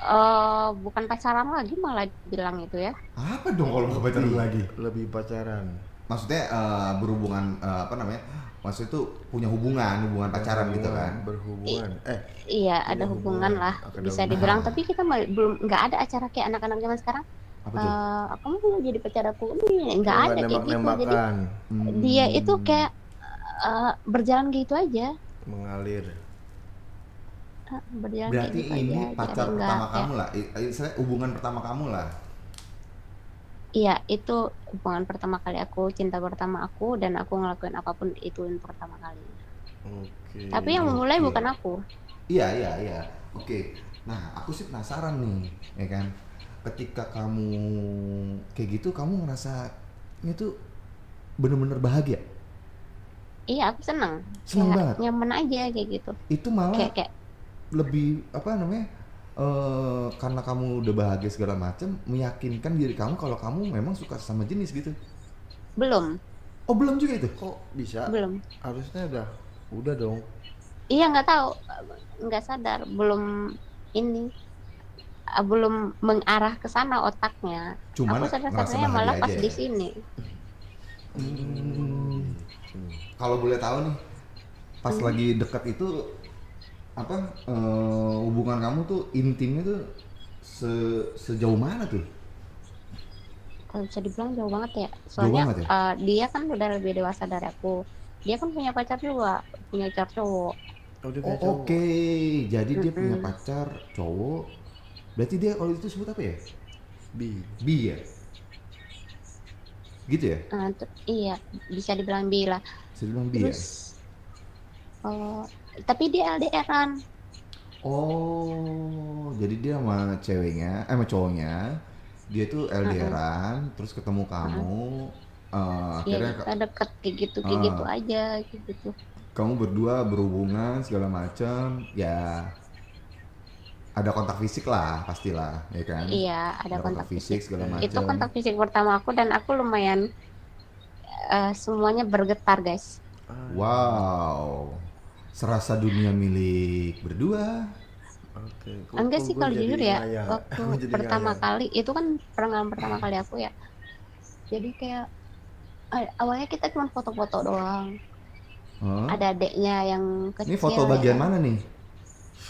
Speaker 3: eh bukan pacaran lagi malah bilang itu ya
Speaker 2: Apa
Speaker 1: Iya.
Speaker 2: dong kalau bukan pacaran lagi?
Speaker 1: lebih pacaran.
Speaker 2: Maksudnya eh, berhubungan eh, apa namanya? maksudnya tuh punya hubungan hubungan pacaran gitu
Speaker 1: Berhubungan,
Speaker 2: kan
Speaker 1: berhubungan eh
Speaker 3: Iya,
Speaker 1: Ada
Speaker 3: ada hubungan
Speaker 1: hubungan,
Speaker 3: lah
Speaker 1: ada
Speaker 3: bisa
Speaker 1: hubungan.
Speaker 3: dibilang.
Speaker 2: Ah.
Speaker 3: Tapi kita mal- belum nggak ada acara kayak anak-anak zaman sekarang.
Speaker 2: kan? apa tuh
Speaker 3: Eh, aku mau jadi pacar aku nih, nggak ada kayak gitu. Jadi
Speaker 1: nembak-nembakan
Speaker 2: Iya, Hmm.
Speaker 3: dia itu kayak eh, berjalan gitu aja,
Speaker 1: mengalir
Speaker 3: Eh, berjalan kayak
Speaker 2: berarti
Speaker 3: gitu
Speaker 2: ini
Speaker 3: aja.
Speaker 2: pacar
Speaker 3: Jadi nggak
Speaker 2: pertama
Speaker 3: kayak-
Speaker 2: kamu lah I- i- istilahnya hubungan pertama kamu lah
Speaker 3: Iya, itu hubungan pertama kali aku, cinta pertama aku, dan aku ngelakuin apapun itu yang pertama kali.
Speaker 2: Iya,
Speaker 1: oke
Speaker 3: Tapi yang memulai
Speaker 2: oke.
Speaker 3: bukan aku.
Speaker 2: Iya iya iya. Oke. Nah aku sih penasaran nih, ya kan. Ketika kamu kayak gitu, kamu ngerasa ini tuh bener-bener bahagia.
Speaker 3: Iya, aku seneng.
Speaker 2: Seneng
Speaker 3: Kayak
Speaker 2: banget.
Speaker 3: nyaman aja kayak gitu.
Speaker 2: Itu malah
Speaker 3: Kayak kayak
Speaker 2: lebih apa namanya? eh karena kamu udah bahagia segala macam, meyakinkan diri kamu kalau kamu memang suka sama jenis gitu.
Speaker 3: belum,
Speaker 2: Oh belum juga itu?
Speaker 1: kok bisa
Speaker 3: belum.
Speaker 1: harusnya udah udah dong
Speaker 3: Iya nggak tahu, nggak sadar, belum ini, eh, belum mengarah ke sana otaknya.
Speaker 2: Cuman
Speaker 3: aku sadar
Speaker 2: ngerasa
Speaker 3: sadarnya malah
Speaker 2: bahagia
Speaker 3: pas
Speaker 2: aja
Speaker 3: di
Speaker 2: ya?
Speaker 3: sini.
Speaker 2: Hmm. Kalau boleh tahu nih, pas lagi dekat itu apa eh, hubungan kamu tuh intimnya tuh se- sejauh mana tuh?
Speaker 3: Kalau bisa dibilang jauh banget ya. Soalnya
Speaker 2: banget ya?
Speaker 3: eh, dia kan udah lebih dewasa dari aku. Dia kan punya pacar juga, punya pacar cowok.
Speaker 1: oh, dia
Speaker 2: Oh,
Speaker 1: punya cowok.
Speaker 2: Oke, jadi dia punya
Speaker 3: Mm-mm.
Speaker 2: pacar cowok. Berarti dia kalau itu sebut apa ya?
Speaker 1: bi
Speaker 2: Bi ya? Gitu ya?
Speaker 3: Eh, ter- iya, bisa dibilang bila.
Speaker 2: Bisa dibilang bi ya?
Speaker 3: Terus, eh, tapi dia LDRan.
Speaker 2: Oh, jadi dia sama ceweknya, eh sama cowoknya, dia tuh LDRan, terus ketemu kamu, eh,
Speaker 3: Ya
Speaker 2: akhirnya
Speaker 3: kita deket kayak gitu,
Speaker 2: Ah.
Speaker 3: kayak
Speaker 2: Hmm.
Speaker 3: gitu aja, kayak gitu.
Speaker 2: kamu berdua berhubungan segala macam ya ada kontak fisik lah pastilah ya kan
Speaker 3: Iya, ada
Speaker 2: Ada
Speaker 3: kontak fisik.
Speaker 2: segala macam
Speaker 3: Itu kontak fisik pertama aku dan aku lumayan eh, semuanya bergetar, guys.
Speaker 1: Ah,
Speaker 2: wow serasa dunia milik berdua
Speaker 1: oke Kok-
Speaker 3: Enggak
Speaker 1: kok
Speaker 3: sih
Speaker 1: Oh, gua
Speaker 3: kalau
Speaker 1: jadi
Speaker 3: jujur ya,
Speaker 1: ngayal? [LAUGHS]
Speaker 3: waktu
Speaker 1: Gua jadi
Speaker 3: pertama
Speaker 1: ngayal.
Speaker 3: kali itu kan pengalaman pertama kali aku ya. Jadi kayak eh, awalnya kita cuma foto-foto doang.
Speaker 2: Hah?
Speaker 3: Ada adeknya yang
Speaker 2: ini
Speaker 3: kecil.
Speaker 2: foto
Speaker 3: ya.
Speaker 2: bagian mana nih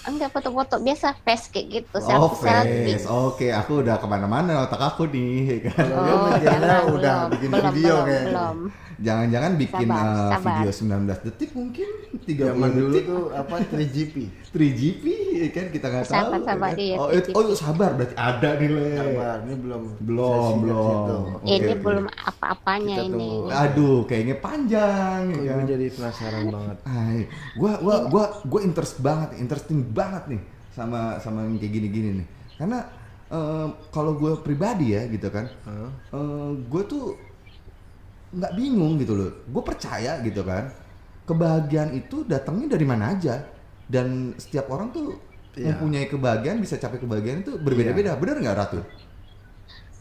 Speaker 3: Enggak foto-foto biasa face kayak gitu,
Speaker 2: oh
Speaker 3: selfie-selfie.
Speaker 2: face oke aku udah kemana-mana otak aku nih [LAUGHS] ya kan
Speaker 1: Kalau dia mah jalan
Speaker 3: jangan,
Speaker 1: udah
Speaker 3: belum,
Speaker 1: bikin
Speaker 3: Oh, belum,
Speaker 1: video
Speaker 3: belum,
Speaker 1: kayak
Speaker 3: belum.
Speaker 2: jangan-jangan bikin
Speaker 3: Sabar,
Speaker 2: eh,
Speaker 3: sabar.
Speaker 2: video 19 detik mungkin 30
Speaker 1: zaman dulu
Speaker 2: detik
Speaker 1: tuh apa 3GP
Speaker 2: 3GP ya kan kita nggak tahu
Speaker 3: Sabar,
Speaker 2: ya
Speaker 3: sabar,
Speaker 2: kan?
Speaker 3: iya,
Speaker 2: oh, it-
Speaker 3: 3GP.
Speaker 2: oh sabar berarti ada nih Le.
Speaker 1: Sabar, ini belum
Speaker 2: Belum,
Speaker 1: sesi dari
Speaker 2: belum.
Speaker 1: situ.
Speaker 2: Oke,
Speaker 3: ini
Speaker 2: oke.
Speaker 3: belum apa-apanya
Speaker 1: Kita
Speaker 3: ini.
Speaker 1: tunggu.
Speaker 2: Aduh, kayaknya panjang.
Speaker 1: Kok
Speaker 2: Ya
Speaker 1: gua
Speaker 2: kan?
Speaker 1: jadi penasaran banget
Speaker 2: Ay, gua, gua, gua, gua interest banget, interesting banget nih sama sama yang kayak gini-gini nih. Karena eh, kalau gue pribadi ya gitu kan,
Speaker 1: Hah?
Speaker 2: gue tuh nggak bingung gitu loh. Gue percaya gitu kan, kebahagiaan itu datangnya dari mana aja dan setiap orang tuh
Speaker 1: Iya.
Speaker 2: mempunyai kebahagiaan bisa capai kebahagiaan itu berbeda-beda, bener nggak Ratu?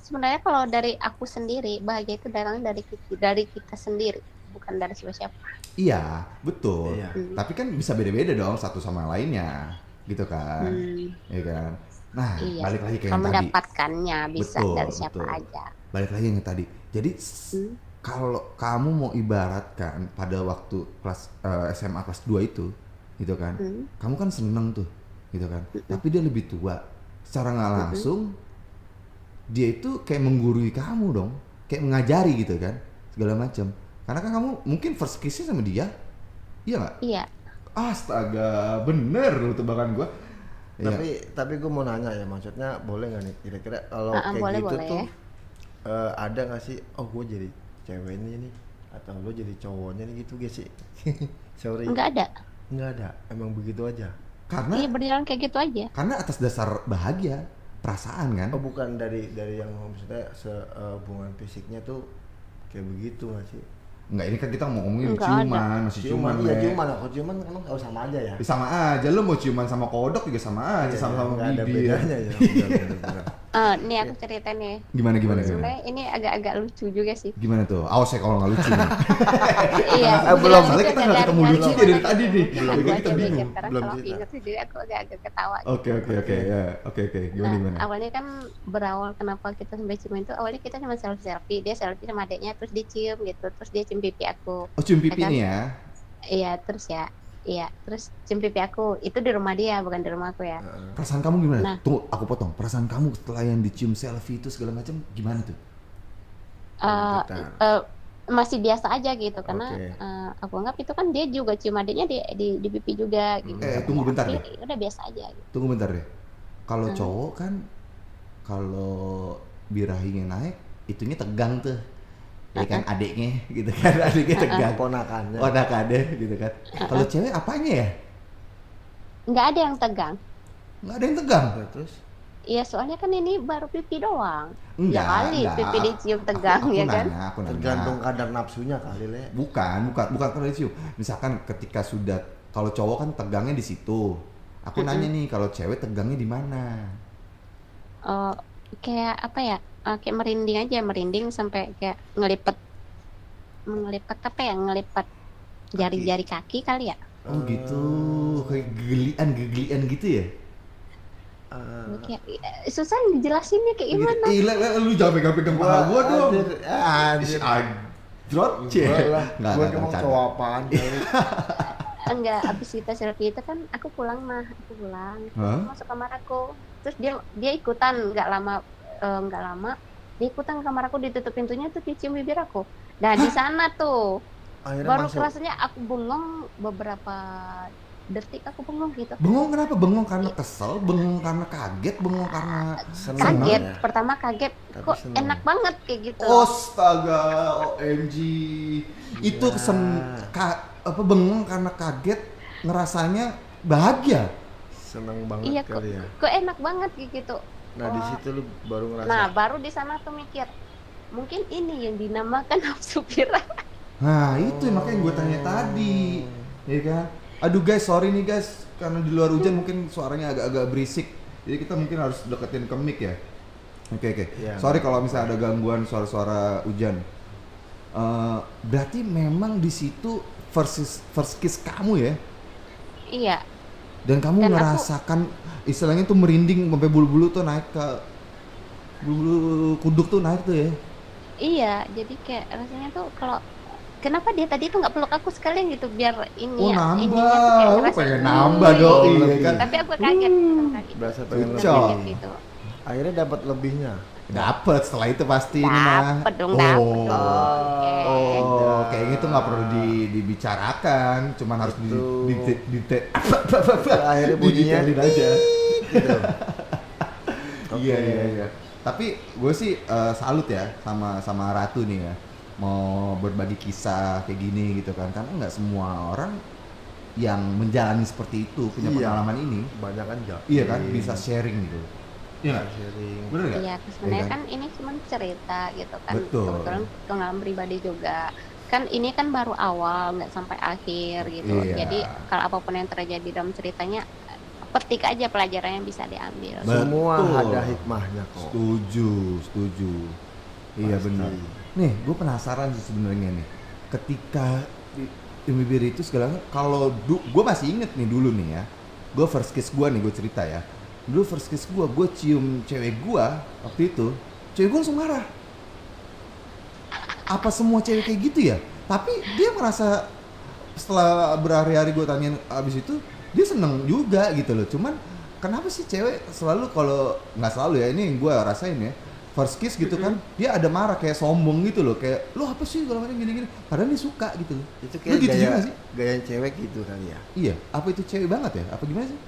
Speaker 3: sebenarnya kalau dari aku sendiri bahagia itu datang dari kita, dari kita sendiri bukan dari siapa-siapa
Speaker 2: Iya, betul.
Speaker 1: Iya.
Speaker 3: Hmm.
Speaker 2: Tapi kan bisa beda-beda dong satu sama lainnya, gitu kan?
Speaker 3: Hmm,
Speaker 2: ya kan nah
Speaker 3: Iya.
Speaker 2: balik lagi ke
Speaker 3: kalau
Speaker 2: yang tadi
Speaker 3: mendapatkannya bisa
Speaker 2: Betul,
Speaker 3: dari siapa
Speaker 2: betul.
Speaker 3: aja
Speaker 2: balik lagi yang tadi jadi s-
Speaker 3: Hmm.
Speaker 2: kalau kamu mau ibaratkan pada waktu kelas eh, SMA kelas 2 itu gitu kan
Speaker 3: Hmm.
Speaker 2: kamu kan seneng tuh gitu kan tapi dia lebih tua secara
Speaker 3: Hmm.
Speaker 2: nggak langsung dia itu kayak menggurui kamu dong kayak mengajari gitu kan segala macam karena kan kamu mungkin first kissnya sama dia iya nggak
Speaker 3: iya
Speaker 2: astaga bener loh tebakan gua Iya.
Speaker 1: tapi tapi gue mau nanya ya maksudnya boleh nggak nih kira-kira kalau
Speaker 3: Ah, ah,
Speaker 1: kayak
Speaker 3: boleh,
Speaker 1: gitu
Speaker 3: boleh.
Speaker 1: tuh eh, ada nggak sih oh gue jadi ceweknya nih atau lo jadi cowoknya nih gitu gak sih [LAUGHS] sorry
Speaker 3: nggak ada
Speaker 1: nggak ada emang begitu aja
Speaker 2: karena
Speaker 3: iya berjalan kayak gitu aja
Speaker 2: karena atas dasar bahagia perasaan kan
Speaker 1: oh bukan dari dari yang maksudnya sehubungan fisiknya tuh kayak begitu nggak sih
Speaker 2: Enggak, ini kan kita mau ngomongin
Speaker 3: Enggak
Speaker 2: ciuman, masih ciuman.
Speaker 1: ciuman
Speaker 2: Le.
Speaker 1: ya ciuman aku ciuman emang kalau sama aja ya
Speaker 2: Eh, sama aja, lu mau ciuman sama kodok juga sama aja,
Speaker 1: Iya,
Speaker 2: sama-sama
Speaker 1: nggak ada
Speaker 2: bibir.
Speaker 1: bedanya
Speaker 2: [LAUGHS]
Speaker 1: ya bener, bener, bener.
Speaker 3: Eh, nih aku
Speaker 2: Iya.
Speaker 3: ceritain nih
Speaker 2: Gimana gimana gimana?
Speaker 3: sebenarnya ini agak-agak lucu juga sih
Speaker 2: Gimana tuh? Awas ya kalau nggak lucu. nih.
Speaker 3: iya
Speaker 2: [LAUGHS] Eh, belum,
Speaker 3: sebenarnya
Speaker 2: soalnya kita
Speaker 3: lucu agak
Speaker 2: nggak ketemu
Speaker 3: dari-
Speaker 2: lucunya
Speaker 3: dari-
Speaker 2: dari tadi nih. Jadi
Speaker 3: Aku
Speaker 2: kita
Speaker 3: aja mikir,
Speaker 2: bingung.
Speaker 3: karena
Speaker 1: Belum
Speaker 3: kalau
Speaker 1: cerita.
Speaker 3: ingat sendiri aku agak-agak ketawa
Speaker 2: [LAUGHS] Oke oke oke ya. Oke oke. Gimana
Speaker 3: Nah,
Speaker 2: gimana?
Speaker 3: awalnya kan berawal kenapa kita sampai ciuman itu awalnya kita cuma selfie selfie dia selfie sama adiknya terus dicium gitu terus dia cium pipi aku
Speaker 2: Oh, cium pipi
Speaker 3: kan?
Speaker 2: nih ya.
Speaker 3: iya terus ya iya terus cium pipi aku itu di rumah dia bukan di rumah aku ya
Speaker 1: Heeh.
Speaker 2: Perasaan kamu gimana?
Speaker 3: Nah.
Speaker 2: Tunggu, aku potong. Perasaan kamu setelah yang dicium selfie itu segala macam gimana tuh? Oh,
Speaker 3: Eh,
Speaker 1: Bentar.
Speaker 3: eh, masih biasa aja gitu karena
Speaker 1: Oke.
Speaker 3: eh, aku anggap itu kan dia juga cium adiknya di di, di pipi juga gitu.
Speaker 2: Eh, tunggu bentar
Speaker 3: Tapi
Speaker 2: deh.
Speaker 3: udah biasa aja gitu.
Speaker 2: Tunggu bentar deh. Kalau
Speaker 3: Hmm.
Speaker 2: cowok kan kalau birahinya naik, itunya tegang tuh. Ya kan adeknya gitu kan, [LAUGHS] adeknya
Speaker 3: eh.
Speaker 2: tegang.
Speaker 1: Ponakannya.
Speaker 2: Oh, anak ada gitu kan. Kalau cewek apanya ya?
Speaker 3: Nggak ada yang tegang.
Speaker 2: Nggak ada yang tegang.
Speaker 1: Ya, terus
Speaker 3: Iya soalnya kan ini baru pipi doang.
Speaker 2: Enggak,
Speaker 3: ya kali
Speaker 2: enggak.
Speaker 3: pipi dicium tegang
Speaker 2: aku, aku
Speaker 3: ya kan.
Speaker 2: nanya, Aku nanya.
Speaker 1: tergantung kadar nafsunya kali le.
Speaker 2: Bukan, bukan, bukan kalau dicium. Misalkan ketika sudah kalau cowok kan tegangnya di situ. Aku
Speaker 3: Mm-mm.
Speaker 2: nanya nih kalau cewek tegangnya di mana?
Speaker 3: Eh, kayak apa ya? Eh, kayak merinding aja merinding sampai kayak ngelipet ngelipet apa ya ngelipet jari-jari kaki kali ya
Speaker 2: Oh gitu, kayak gelian gelian gitu ya?
Speaker 1: Eh,
Speaker 3: kayak eh, susah dijelasinnya kayak gimana
Speaker 2: Gitu. Ih, le, le, lu jangan pegang-pegang paha gua dong.
Speaker 1: Anjir, eh,
Speaker 2: Is,
Speaker 1: Anjir.
Speaker 2: anjrot, cek.
Speaker 1: Enggak lah.
Speaker 2: Nggak,
Speaker 1: Gua
Speaker 2: nggak,
Speaker 1: emang
Speaker 2: bercanda.
Speaker 1: cowok apaan
Speaker 2: [LAUGHS]
Speaker 1: kali.
Speaker 3: enggak habis kita selfie itu kan aku pulang mah aku pulang
Speaker 2: Hah?
Speaker 3: masuk kamar aku terus dia dia ikutan nggak lama eh, nggak lama dia ikutan ke kamar aku ditutup pintunya tuh dicium bibir aku nah di sana tuh
Speaker 1: Akhirnya
Speaker 3: baru
Speaker 1: masuk.
Speaker 3: rasanya aku bengong beberapa detik aku bengong gitu
Speaker 2: Bengong kenapa? Bengong karena kesel, bengong karena kaget, bengong karena
Speaker 1: Seneng
Speaker 3: kaget
Speaker 1: ya.
Speaker 3: pertama kaget
Speaker 1: Tapi
Speaker 3: kok
Speaker 1: seneng.
Speaker 3: enak banget kayak gitu
Speaker 2: Oh, Astaga, OMG. Iya. Itu
Speaker 1: Gila.
Speaker 2: sem ka- apa bengong karena kaget ngerasanya bahagia.
Speaker 1: Seneng banget
Speaker 3: iya kok
Speaker 1: kali ya.
Speaker 3: kok enak banget kayak gitu
Speaker 1: Nah, di situ lu baru ngerasa
Speaker 3: nah baru di sana tuh mikir mungkin ini yang dinamakan [LAUGHS] nafsu viral
Speaker 2: Nah, itu yang makanya gue tanya tadi. Ya kan? Aduh guys, sorry nih guys karena di luar hujan mungkin suaranya agak-agak berisik. Jadi kita mungkin harus deketin ke mic ya. Oke oke.
Speaker 1: Iya.
Speaker 2: Sorry kalau misalnya ada gangguan suara-suara hujan. Eh, berarti memang di situ versus first kiss kamu ya?
Speaker 3: iya
Speaker 2: dan kamu
Speaker 3: Dan aku-
Speaker 2: ngerasakan istilahnya tuh merinding sampai bulu-bulu tuh naik ke bulu kuduk tuh naik tuh ya
Speaker 3: Iya, jadi kayak rasanya tuh kalau kenapa dia tadi tuh nggak peluk aku sekalian gitu biar ini
Speaker 2: oh
Speaker 3: ya,
Speaker 2: nambah
Speaker 3: ininya tuh kayak
Speaker 2: Lu
Speaker 3: ngerasa,
Speaker 2: pengen
Speaker 3: "Hmm."
Speaker 2: nambah doi ya
Speaker 1: Lebih.
Speaker 2: kan
Speaker 3: Tapi aku kaget gitu, kaget.
Speaker 1: berasa
Speaker 3: Aku
Speaker 1: pengen
Speaker 2: Pucuk.
Speaker 1: lebih.
Speaker 3: kaget gitu.
Speaker 1: Akhirnya dapat lebihnya.
Speaker 2: dapet setelah itu pasti ini mah
Speaker 3: Dapet dong, dapet
Speaker 2: oh.
Speaker 3: dong. Eh,
Speaker 2: Oh, kayaknya itu nggak perlu di- dibicarakan, cuman harus di
Speaker 1: Betul.
Speaker 2: di di, di, [LAUGHS] di
Speaker 1: [LAUGHS] Akhirnya bunyinya.
Speaker 2: didetailin aja.
Speaker 1: Gitu. Oke.
Speaker 2: [LAUGHS] Iya iya iya. Tapi gue sih eh, salut ya sama sama Ratu nih ya. Mau berbagi kisah kayak gini gitu kan. Karena nggak semua orang yang menjalani seperti itu punya
Speaker 1: Iya.
Speaker 2: pengalaman ini,
Speaker 1: Banyak kan enggak?
Speaker 2: iya kan bisa sharing gitu. Iya nggak?
Speaker 1: Sharing.
Speaker 2: Bener nggak?
Speaker 3: Iya, sebenarnya
Speaker 2: Iya kan?
Speaker 3: kan ini cuma cerita gitu kan.
Speaker 2: Betul.
Speaker 3: Kebetulan pengalaman pribadi juga. Kan ini kan baru awal, nggak sampai akhir gitu.
Speaker 2: Iya.
Speaker 3: Jadi kalau apapun yang terjadi dalam ceritanya, petik aja pelajaran yang bisa diambil.
Speaker 2: Betul.
Speaker 1: Semua ada hikmahnya
Speaker 2: Iya,
Speaker 1: kok.
Speaker 2: Setuju, setuju. Iya
Speaker 1: Pasti.
Speaker 2: benar. Nih, gue penasaran sih sebenarnya nih. Ketika di- di bibir itu segala kalau gue masih inget nih dulu nih ya. Gue first kiss gue nih gue cerita ya. Dulu first kiss gue, gue cium cewek gue waktu itu. Cewek gue langsung marah. Apa semua cewek kayak gitu ya? Tapi dia merasa setelah berhari-hari gue tanyain abis itu dia seneng juga gitu loh cuman kenapa sih cewek selalu kalau nggak selalu ya ini yang gue rasain ya first kiss gitu kan dia ada marah kayak sombong gitu loh kayak lo apa sih kalau macam gini-gini padahal dia suka gitu loh
Speaker 1: Itu
Speaker 2: Lu
Speaker 1: kayak
Speaker 2: gitu
Speaker 1: gaya,
Speaker 2: juga sih?
Speaker 1: gaya cewek gitu kali ya.
Speaker 2: iya apa itu cewek banget ya apa gimana sih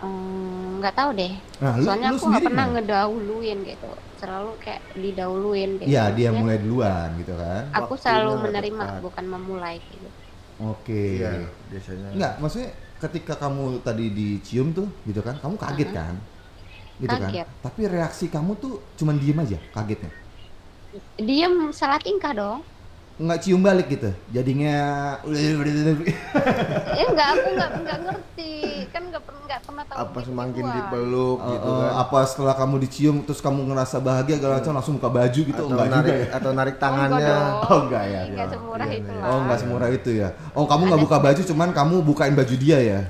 Speaker 3: Hmm, nggak tahu deh.
Speaker 2: nah lu, lu
Speaker 3: Soalnya aku nggak
Speaker 2: sendiri
Speaker 3: pernah
Speaker 2: gimana?
Speaker 3: ngedahuluin gitu. Selalu kayak didahuluin gitu.
Speaker 2: Iya dia
Speaker 3: Maksudnya,
Speaker 2: mulai duluan gitu kan
Speaker 3: Aku
Speaker 1: Waktunya
Speaker 3: selalu
Speaker 1: nggak
Speaker 3: menerima
Speaker 1: tepat.
Speaker 3: bukan memulai gitu.
Speaker 2: oke
Speaker 1: Iya, biasanya.
Speaker 2: Enggak, maksudnya ketika kamu tadi dicium tuh gitu kan, kamu kaget
Speaker 3: Aha.
Speaker 2: kan? Gitu
Speaker 3: Kaget.
Speaker 2: kan. Tapi reaksi kamu tuh cuman diem aja kagetnya.
Speaker 3: Diem salah tingkah dong.
Speaker 2: Enggak cium balik gitu. Jadinya [LAUGHS] gitu
Speaker 3: Eh nggak aku nggak nggak ngerti. Kan nggak pernah nggak pernah tahu.
Speaker 1: Apa
Speaker 3: gitu
Speaker 1: semakin
Speaker 3: gua.
Speaker 1: dipeluk
Speaker 2: Eh,
Speaker 1: gitu
Speaker 2: eh,
Speaker 1: kan?
Speaker 2: apa setelah kamu dicium terus kamu ngerasa bahagia segala macam langsung buka baju gitu
Speaker 1: atau
Speaker 2: enggak
Speaker 1: narik
Speaker 2: juga ya?
Speaker 1: atau narik
Speaker 3: Oh, nggak
Speaker 1: tangannya.
Speaker 3: dong.
Speaker 2: Oh, nggak ya?
Speaker 3: Nggak
Speaker 1: Iya,
Speaker 3: semurah
Speaker 1: iya,
Speaker 3: itu
Speaker 1: iya.
Speaker 3: lah.
Speaker 2: Oh enggak semurah itu ya. Oh kamu nggak buka baju cuman kamu bukain baju dia
Speaker 3: [LAUGHS]
Speaker 2: ya.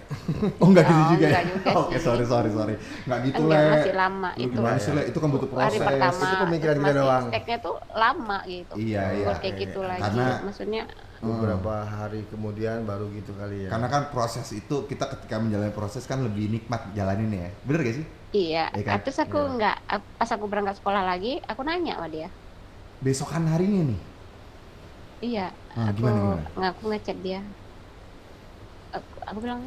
Speaker 2: Oh enggak gitu
Speaker 3: Oh,
Speaker 2: juga ya.
Speaker 3: nggak juga
Speaker 2: [LAUGHS] Oke
Speaker 3: sih.
Speaker 2: sorry sorry sorry. Enggak gitu
Speaker 3: Enggak,
Speaker 2: Le.
Speaker 3: masih lama
Speaker 2: Lu
Speaker 3: itu.
Speaker 2: Gimana
Speaker 1: ya.
Speaker 2: sih Le? Itu kan butuh proses.
Speaker 3: Hari pertama
Speaker 1: itu pemikiran kita
Speaker 3: masih
Speaker 1: doang.
Speaker 3: speknya tuh lama gitu.
Speaker 2: Iya, iya,
Speaker 3: Buat kayak
Speaker 1: iya,
Speaker 3: gitu
Speaker 1: iya.
Speaker 3: lagi.
Speaker 2: Karena-
Speaker 3: Maksudnya
Speaker 1: beberapa hari kemudian baru gitu kali ya
Speaker 2: Hmm. Karena kan proses itu kita ketika menjalani proses kan lebih nikmat jalaninnya ya. Bener gak sih?
Speaker 3: Iya.
Speaker 2: Iya kan?
Speaker 3: Terus aku
Speaker 1: Iya.
Speaker 3: nggak pas aku berangkat sekolah lagi, aku nanya sama dia.
Speaker 2: Besokan harinya nih.
Speaker 3: Iya.
Speaker 2: Ah,
Speaker 3: aku
Speaker 2: gimana gimana?
Speaker 3: nggak aku ngechat dia. Aku, aku bilang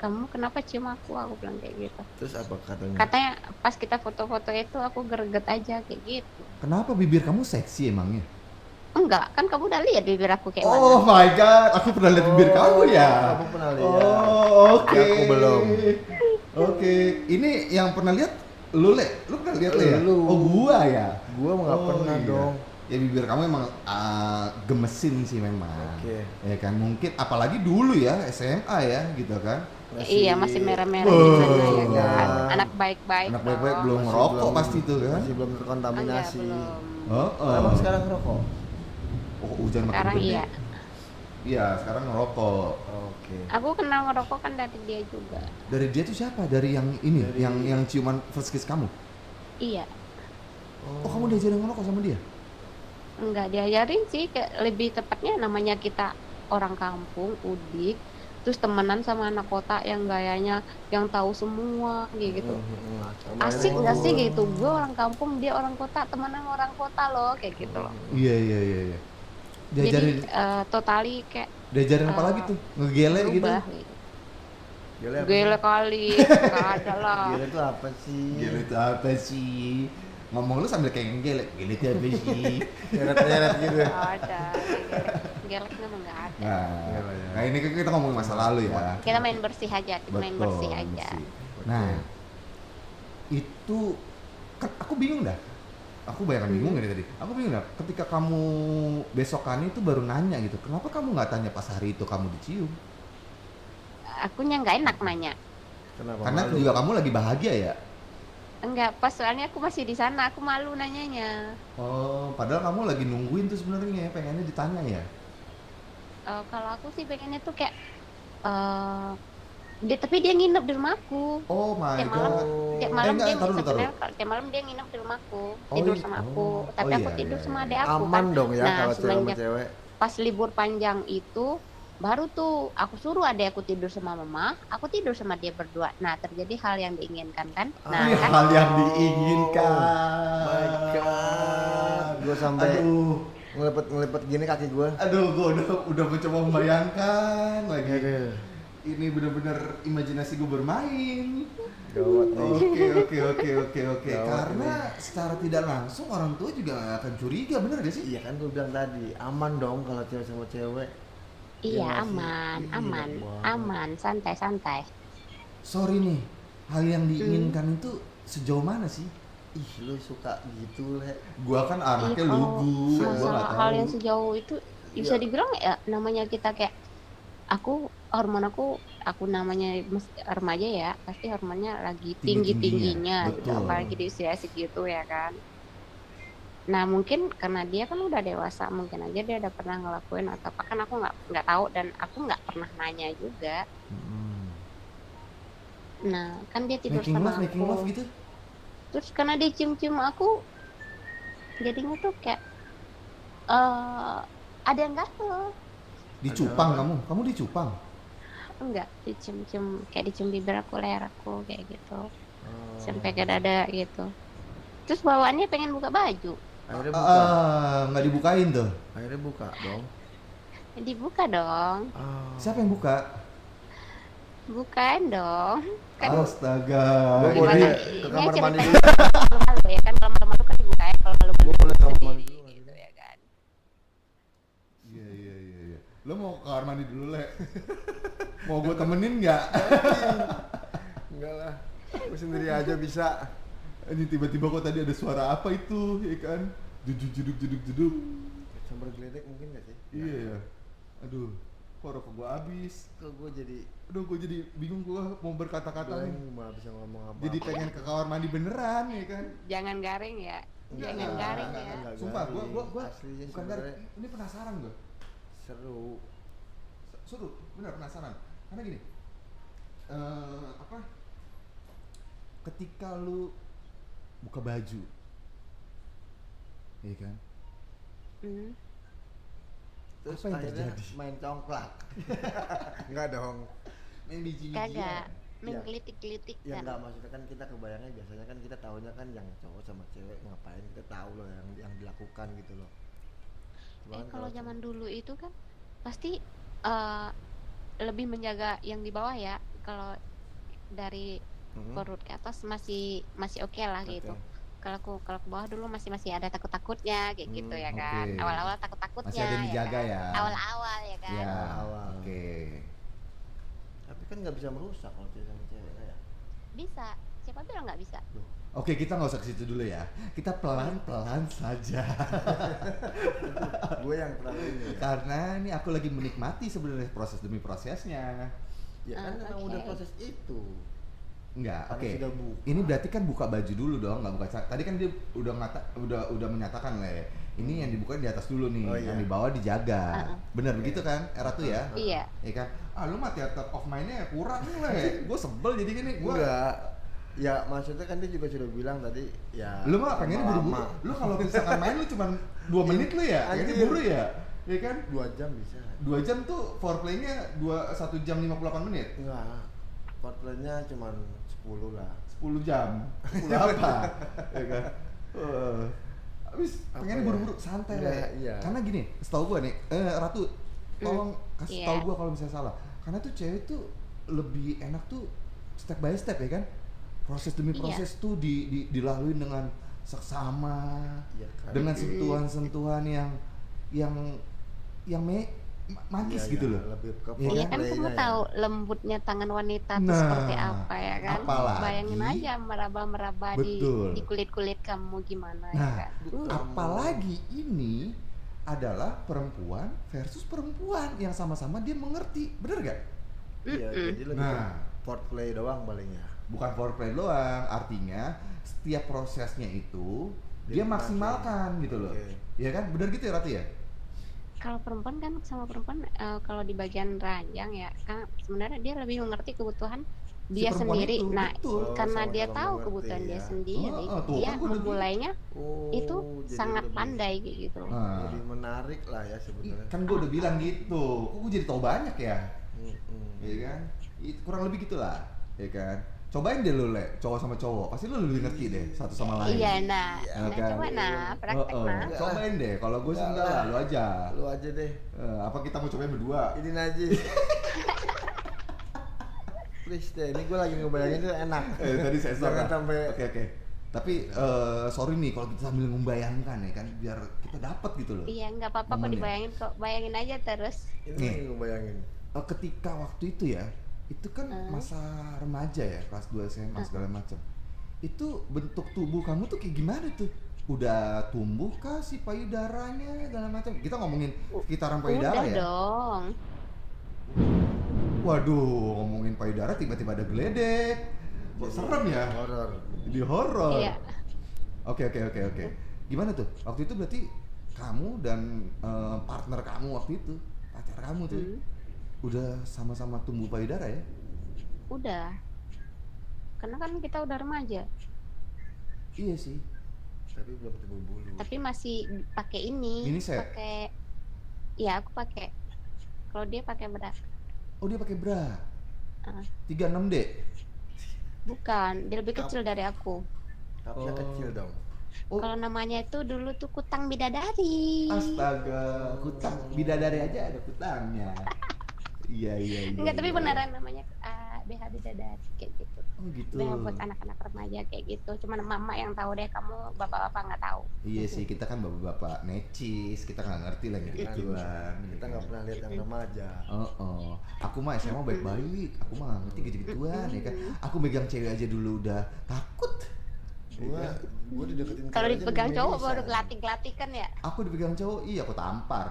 Speaker 3: kamu kenapa cium aku? Aku bilang kayak gitu.
Speaker 2: Hmm.
Speaker 1: terus apa katanya
Speaker 3: Katanya pas kita foto-foto itu aku greget aja kayak gitu.
Speaker 2: Kenapa bibir kamu seksi emangnya?
Speaker 3: Enggak, kan kamu udah lihat bibir aku kayak
Speaker 2: oh my god, aku pernah lihat bibir
Speaker 1: Oh,
Speaker 2: kamu ya.
Speaker 1: aku pernah lihat
Speaker 2: Oh, oke.
Speaker 1: Iya. Aku belum.
Speaker 2: Oke, ini yang pernah lihat lu le, lu pernah lihat le ya?
Speaker 1: Lu.
Speaker 2: Oh gua ya.
Speaker 1: gua nggak
Speaker 2: Oh,
Speaker 1: pernah
Speaker 2: iya.
Speaker 1: dong
Speaker 2: Ya bibir kamu emang ah, gemesin sih memang.
Speaker 1: Oke.
Speaker 2: Ya kan mungkin apalagi dulu ya SMA ya gitu kan.
Speaker 3: mana? Iya, masih merah-merah
Speaker 2: Wah.
Speaker 3: gitu ya kan.
Speaker 1: Iya.
Speaker 3: Anak baik-baik.
Speaker 2: Oh. Anak baik-baik
Speaker 3: dong.
Speaker 2: belum
Speaker 1: Masih
Speaker 2: ngerokok pasti tuh kan.
Speaker 1: masih belum terkontaminasi
Speaker 3: Enggak, iya, belum.
Speaker 2: Oh, oh.
Speaker 1: emang sekarang ngerokok
Speaker 2: oh, hujan makin
Speaker 3: Sekarang
Speaker 2: gede.
Speaker 3: iya.
Speaker 2: Iya, sekarang ngerokok.
Speaker 1: oke
Speaker 3: Aku kenal ngerokok kan dari dia juga.
Speaker 2: Dari dia tuh siapa? Dari yang ini,
Speaker 1: Dari-
Speaker 2: yang yang ciuman first kiss kamu.
Speaker 3: Iya.
Speaker 2: Oh, kamu udah jarang ngerokok sama dia?
Speaker 1: Hmm.
Speaker 3: Enggak diajarin sih, kayak lebih tepatnya namanya kita orang kampung, udik, terus temenan sama anak kota yang gayanya yang tahu semua kayak
Speaker 2: Oh,
Speaker 1: Hmm,
Speaker 3: gitu.
Speaker 2: iya,
Speaker 3: Asik nggak sih gitu? Gue orang kampung, dia orang kota, temenan sama orang kota loh kayak gitu loh.
Speaker 2: Iya iya iya. iya. Diajarin,
Speaker 3: Jadi eh, totali kayak
Speaker 2: diajarin apa
Speaker 3: eh,
Speaker 2: lagi tuh? Ngegele gitu?
Speaker 3: berubah. gitu.
Speaker 1: gila
Speaker 3: Gele kali, nggak ada lah.
Speaker 1: gila itu apa sih
Speaker 2: Gele itu apa sih? Ngomong lu sambil kayak ngegele. Gele itu apa sih?
Speaker 1: [LAUGHS] nyeret-nyeret gitu
Speaker 3: Nggak ada. Gelek memang nggak ada.
Speaker 2: nah,
Speaker 1: Gele, ya.
Speaker 2: nah, ini kan kita ngomongin masa lalu ya.
Speaker 3: Kita main bersih aja, kita main bersih aja.
Speaker 2: bersih. Nah, itu kan aku bingung dah. Aku banyak bingung dari tadi. Aku bingung dah. Ketika kamu besokan itu baru nanya gitu. Kenapa kamu nggak tanya pas hari itu kamu dicium?
Speaker 3: Akunya nggak enak nanya.
Speaker 1: kenapa
Speaker 2: Karena
Speaker 1: malu?
Speaker 2: juga kamu lagi bahagia ya.
Speaker 3: Enggak, pas soalnya aku masih di sana, aku malu nanyanya.
Speaker 2: Oh, padahal kamu lagi nungguin tuh sebenarnya ya, pengennya ditanya ya.
Speaker 3: Eh, kalau aku sih pengennya tuh kayak eh dia tapi dia nginep di rumahku.
Speaker 2: Oh my
Speaker 3: Tiap Ya, malam,
Speaker 2: god.
Speaker 3: tiap
Speaker 2: Eh,
Speaker 3: malam
Speaker 2: enggak,
Speaker 3: dia
Speaker 2: taruh dulu, taruh.
Speaker 3: sebenarnya kalau tiap malam dia nginep di rumahku,
Speaker 2: Oh,
Speaker 3: tidur
Speaker 2: iya.
Speaker 3: sama aku.
Speaker 2: Oh,
Speaker 3: Tapi
Speaker 2: oh,
Speaker 3: aku
Speaker 2: iya,
Speaker 3: tidur
Speaker 2: iya,
Speaker 3: sama
Speaker 2: iya.
Speaker 3: adik aku kan.
Speaker 1: aman dong ya
Speaker 3: Nah,
Speaker 1: kalau cewek sama
Speaker 3: semenjak-
Speaker 1: cewek
Speaker 3: Pas libur panjang itu baru tuh aku suruh adik aku tidur sama mama, aku tidur sama dia berdua. Nah, terjadi hal yang diinginkan kan? Nah,
Speaker 2: Ini
Speaker 1: Ah.
Speaker 3: kan
Speaker 2: hal yang diinginkan.
Speaker 1: Oh My God. Gua sampai-
Speaker 2: Aduh,
Speaker 1: ngelepet ngelepet gini kaki gua
Speaker 2: aduh, gue udah udah mencoba membayangkan lagi.
Speaker 1: Aduh,
Speaker 2: Ini bener-bener imajinasi gue bermain.
Speaker 1: gawat nih
Speaker 2: Oke, oke, oke, oke, oke.
Speaker 1: Gawat
Speaker 2: Karena secara tidak langsung orang tua juga akan curiga, bener gak sih?
Speaker 1: Iya kan gue bilang tadi, aman dong kalau cewek sama cewek.
Speaker 3: iya
Speaker 1: Iya,
Speaker 3: aman,
Speaker 1: iya,
Speaker 3: aman,
Speaker 1: banget.
Speaker 3: aman, santai-santai.
Speaker 2: Sorry nih, hal yang
Speaker 3: Hmm.
Speaker 2: diinginkan itu sejauh mana sih?
Speaker 1: Ih, lu suka gitu, Le.
Speaker 2: Gua kan anaknya
Speaker 3: Ih, kalau
Speaker 2: lugu, gua
Speaker 3: masalah
Speaker 2: gak
Speaker 3: hal
Speaker 2: tahu. Iya.
Speaker 3: yang sejauh itu bisa dibilang ya namanya kita kayak aku hormon aku aku namanya mes- remaja ya pasti hormonnya lagi tinggi
Speaker 2: Tinggi-tingginya,
Speaker 3: tingginya gitu
Speaker 2: betul.
Speaker 3: apalagi di usia segitu ya kan nah mungkin karena dia kan udah dewasa mungkin aja dia udah pernah ngelakuin atau apa kan aku nggak nggak tahu dan aku nggak pernah nanya juga
Speaker 2: Hmm.
Speaker 3: nah kan dia tidur
Speaker 2: Making
Speaker 3: sama
Speaker 2: love, making
Speaker 3: aku
Speaker 2: love gitu.
Speaker 3: terus karena dia cium-cium aku jadinya tuh kayak eh ada yang gatel
Speaker 2: Dicupang
Speaker 1: Ada-
Speaker 2: kamu, kamu dicupang.
Speaker 3: enggak dicium-cium kayak dicium bibir aku leher aku kayak gitu
Speaker 1: Oh.
Speaker 3: sampai ke dada gitu terus bawaannya pengen buka baju
Speaker 1: Akhirnya buka.
Speaker 2: Ah, nggak dibukain tuh.
Speaker 1: Akhirnya buka dong.
Speaker 3: Ya dibuka dong
Speaker 1: Ah.
Speaker 2: Siapa yang buka?
Speaker 3: bukain dong kan
Speaker 2: Astaga.
Speaker 1: Gua
Speaker 2: Ini-
Speaker 1: boleh
Speaker 3: ini
Speaker 1: ke kamar
Speaker 3: cerita-
Speaker 1: mandi dulu.
Speaker 3: kalau malu ya kan kalau malu-malu kan dibukain kalau malu-malu
Speaker 1: Gua boleh
Speaker 3: dibuka
Speaker 1: kamar mandi
Speaker 3: sendiri,
Speaker 1: dulu.
Speaker 3: gitu ya kan
Speaker 2: Iya iya iya. iya. Lo mau ke kamar mandi dulu [LAUGHS] le? mau gue temenin nggak?
Speaker 1: Enggak lah. Gue sendiri aja bisa.
Speaker 2: Ini tiba-tiba kok tadi ada suara apa itu, ya kan? Juduk juduk juduk juduk.
Speaker 1: Sambar geledek mungkin gak sih?
Speaker 2: Iya. ya. Aduh, kok rokok gue habis.
Speaker 1: Kok gue jadi
Speaker 2: Aduh, gue jadi bingung gue mau berkata-kata nih.
Speaker 1: gue malah bisa ngomong apa.
Speaker 2: Jadi pengen ke kamar mandi beneran, ya kan?
Speaker 3: jangan garing ya
Speaker 1: Enggak,
Speaker 3: jangan
Speaker 2: enggak,
Speaker 3: garing
Speaker 1: enggak,
Speaker 3: ya
Speaker 1: enggak.
Speaker 2: Sumpah, gue
Speaker 1: garing.
Speaker 2: gue gue
Speaker 1: Aslinya
Speaker 2: bukan garing.
Speaker 1: sebenarnya-
Speaker 2: Ini penasaran gue.
Speaker 1: seru.
Speaker 2: seru bener penasaran karena gini eh apa ketika lu buka baju iya kan
Speaker 1: Ya.
Speaker 3: Hmm.
Speaker 1: terus
Speaker 2: Apa yang
Speaker 1: akhirnya
Speaker 2: terjadi?
Speaker 1: main congklak [LAUGHS] nggak dong
Speaker 2: main biji
Speaker 3: kagak
Speaker 2: bijian
Speaker 3: menggelitik-gelitik
Speaker 1: ya
Speaker 3: kan
Speaker 1: nggak maksudnya kan kita kebayangnya biasanya kan kita tahunya kan yang cowok sama cewek ngapain kita tahu loh yang yang dilakukan gitu loh Cuma
Speaker 3: eh
Speaker 1: kan
Speaker 3: kalau
Speaker 1: cewek-
Speaker 3: zaman dulu itu kan pasti eh, lebih menjaga yang di bawah ya kalau dari
Speaker 2: Hmm?
Speaker 1: Mm-mm.
Speaker 3: perut ke atas masih masih oke lah
Speaker 1: Oke.
Speaker 3: gitu kalau aku kalau ke bawah dulu masih masih ada takut takutnya kayak gitu
Speaker 1: Hmm,
Speaker 3: ya kan
Speaker 2: oke.
Speaker 3: awal awal takut takutnya
Speaker 2: Masih ada yang dijaga ya.
Speaker 3: awal awal kan. ya kan
Speaker 2: ya
Speaker 1: Awal.
Speaker 2: oke
Speaker 1: tapi kan nggak bisa merusak kalau cewek sama cewek ya [LAUGHS]
Speaker 3: bisa siapa bilang nggak bisa
Speaker 2: Oke, kita nggak usah ke situ dulu ya. Kita pelan-pelan saja.
Speaker 1: gue yang pernah ini ya,
Speaker 2: Karena ini aku lagi menikmati sebenarnya proses demi prosesnya.
Speaker 1: ya kan
Speaker 3: Ah,
Speaker 1: memang
Speaker 3: oke.
Speaker 1: udah proses itu
Speaker 2: Enggak,
Speaker 1: Karena
Speaker 2: oke.
Speaker 1: sudah buka.
Speaker 2: Ini berarti kan buka baju dulu dong, nggak buka. celana. Tadi kan dia udah ngata, udah udah menyatakan le. Ini yang dibuka di atas dulu nih,
Speaker 1: Oh, iya.
Speaker 2: yang di bawah dijaga.
Speaker 3: Uh-uh.
Speaker 2: Bener
Speaker 1: Oke.
Speaker 2: begitu kan, era tuh ya?
Speaker 3: iya
Speaker 2: Iya kan? Ah lu mah theater of mind-nya ya kurang
Speaker 1: [LAUGHS]
Speaker 2: le. gue sebel jadi gini. Gue
Speaker 1: enggak ya maksudnya kan dia juga sudah bilang tadi ya
Speaker 2: Lu mah pengennya buru-buru.
Speaker 1: lama-lama.
Speaker 2: Lu kalau misalkan main lu cuman 2 menit lu ya. Pengennya
Speaker 1: Iya. Anjir.
Speaker 2: buru ya. Iya kan?
Speaker 1: dua jam bisa
Speaker 2: dua jam tuh foreplaynya dua satu jam 58 menit
Speaker 1: enggak portlandnya cuma 10 lah
Speaker 2: 10 jam 10 apa
Speaker 1: [LAUGHS]
Speaker 2: ya kan Eh, abis
Speaker 1: Apa
Speaker 2: pengen
Speaker 1: ya?
Speaker 2: buru-buru santai
Speaker 1: Iya,
Speaker 2: lah
Speaker 1: iya.
Speaker 2: karena gini setahu gua nih eh, ratu tolong kasih
Speaker 3: iya.
Speaker 2: tahu gua kalau misalnya salah karena tuh cewek tuh lebih enak tuh step by step ya kan proses demi
Speaker 3: Iya.
Speaker 2: proses tuh di, di- dilaluin dengan seksama
Speaker 1: Iya kan?
Speaker 2: dengan
Speaker 1: Mm.
Speaker 2: sentuhan-sentuhan yang yang yang me, ma- magis
Speaker 1: Iya,
Speaker 2: gitu
Speaker 1: iya,
Speaker 2: loh
Speaker 1: lebih ke
Speaker 2: Iya
Speaker 3: Iya
Speaker 1: portlandnya
Speaker 3: kan kamu
Speaker 1: ya.
Speaker 3: tahu lembutnya tangan wanita itu
Speaker 2: Nah,
Speaker 3: seperti apa ya kan?
Speaker 2: apalagi-
Speaker 3: Bayangin aja meraba-meraba di
Speaker 2: Betul.
Speaker 3: di kulit-kulit kamu gimana ya
Speaker 2: Nah,
Speaker 3: kan?
Speaker 1: Betul.
Speaker 2: apalagi ini adalah perempuan versus perempuan yang sama-sama dia mengerti, bener gak?
Speaker 1: Iya,
Speaker 3: Mm-mm.
Speaker 1: jadi lebih
Speaker 2: Nah.
Speaker 1: port play doang ya. palingnya.
Speaker 2: Bukan foreplay doang, artinya setiap prosesnya itu dia
Speaker 1: Dia
Speaker 2: maksimalkan gitu loh,
Speaker 1: Oke.
Speaker 2: ya kan? Bener gitu ya Rati ya?
Speaker 3: Kalau perempuan kan sama perempuan eh, kalau di bagian ranjang ya kan sebenarnya dia lebih mengerti kebutuhan
Speaker 2: Si
Speaker 3: dia
Speaker 2: perempuan
Speaker 3: sendiri.
Speaker 2: itu,
Speaker 3: Nah,
Speaker 2: betul.
Speaker 1: Oh,
Speaker 3: karena
Speaker 1: sama-sama
Speaker 3: dia tahu
Speaker 1: mengerti
Speaker 3: kebutuhan dia
Speaker 1: ya.
Speaker 3: sendiri,
Speaker 2: Oh, oh, tuh,
Speaker 3: dia
Speaker 2: kan gua bilang.
Speaker 3: memulainya
Speaker 1: Oh,
Speaker 3: itu
Speaker 1: jadi
Speaker 3: sangat
Speaker 1: lebih-
Speaker 3: pandai kayak gitu.
Speaker 2: Nah,
Speaker 1: Lebih menarik lah ya sebenarnya.
Speaker 2: kan gue udah bilang gitu, kok gue jadi tau banyak ya,
Speaker 3: Iya.
Speaker 1: Mm-mm.
Speaker 2: ya kan? Itu kurang lebih gitulah, ya kan? Cobain deh lu le, cowok sama cowok, pasti lu lebih ngerti deh satu sama lain.
Speaker 3: Iya, nah,
Speaker 1: Iya,
Speaker 3: nah
Speaker 2: kan?
Speaker 3: coba nah praktek
Speaker 2: Oh, oh.
Speaker 3: nah.
Speaker 2: Cobain deh, kalau gue sih
Speaker 1: Enggak
Speaker 2: enggak lah,
Speaker 1: lah.
Speaker 2: lu aja.
Speaker 1: Lu aja deh.
Speaker 2: Eh, apa kita mau cobain
Speaker 1: [LAUGHS]
Speaker 2: berdua?
Speaker 1: Ini
Speaker 3: [LAUGHS]
Speaker 1: najis. Please deh, ini gue lagi ngebayangin itu enak.
Speaker 2: Eh, tadi sensor.
Speaker 1: Jangan
Speaker 2: lah.
Speaker 1: sampai
Speaker 2: Oke oke. Tapi eh, sorry nih kalau kita sambil membayangkan ya kan biar kita dapat gitu loh.
Speaker 3: Iya, nggak apa-apa kok
Speaker 2: Momen ya.
Speaker 3: dibayangin kok. Bayangin aja terus.
Speaker 1: ini
Speaker 2: Nih.
Speaker 1: lagi ngebayangin.
Speaker 2: Eh, ketika waktu itu ya, itu kan
Speaker 3: Hmm.
Speaker 2: masa remaja ya, kelas 2 SMA segala macam. Itu bentuk tubuh kamu tuh kayak gimana tuh? Udah tumbuh kah si payudaranya segala macam? Kita ngomongin sekitaran payudara
Speaker 3: Udah
Speaker 2: ya.
Speaker 3: dong.
Speaker 2: Waduh, ngomongin payudara tiba-tiba ada geledek. Kok
Speaker 1: Jadi
Speaker 2: serem ya?
Speaker 1: Horor.
Speaker 2: Jadi horor.
Speaker 3: Iya.
Speaker 2: Oke oke oke oke. Gimana tuh? Waktu itu berarti kamu dan eh, partner kamu waktu itu, pacar kamu tuh,
Speaker 3: Hmm.
Speaker 2: udah sama-sama tumbuh payudara ya?
Speaker 3: Udah. Karena kan kita udah remaja,
Speaker 2: Iya sih.
Speaker 1: Tapi belum tumbuh bulu.
Speaker 3: tapi masih pakai ini,
Speaker 2: Miniset?
Speaker 3: pakai ya aku pakai. Kalau dia pakai berat,
Speaker 2: Oh dia pakai bra.
Speaker 3: Ah.
Speaker 2: 36D.
Speaker 3: bukan, dia lebih kecil dari aku.
Speaker 1: Kapnya
Speaker 2: Oh.
Speaker 1: kecil dong.
Speaker 2: Oh.
Speaker 3: Kalau namanya itu dulu tuh kutang bidadari.
Speaker 2: Astaga, kutang. Bidadari aja ada kutangnya. Iya iya iya.
Speaker 3: Enggak, tapi
Speaker 2: iya.
Speaker 3: beneran namanya ah, BH bidadari kayak gitu.
Speaker 2: Oh gitu.
Speaker 3: BH buat anak-anak remaja kayak gitu. Cuman mama yang tahu deh, kamu bapak-bapak nggak tahu.
Speaker 2: Iya sih, kita kan bapak-bapak necis, kita nggak ngerti lah yang
Speaker 1: Kita
Speaker 2: gituan.
Speaker 1: Iya, kita nggak pernah lihat yang remaja.
Speaker 2: Oh, oh. aku mah SMA baik-baik, aku mah nggak ngerti gitu-gituan ya kan. Aku megang cewek aja dulu udah takut.
Speaker 1: Gua gua dideketin
Speaker 3: Kalau
Speaker 1: cewek aja
Speaker 3: dipegang
Speaker 1: belum
Speaker 3: cowok
Speaker 1: bisa.
Speaker 3: baru gelatik-gelatikan ya.
Speaker 2: Aku dipegang cowok, iya aku tampar.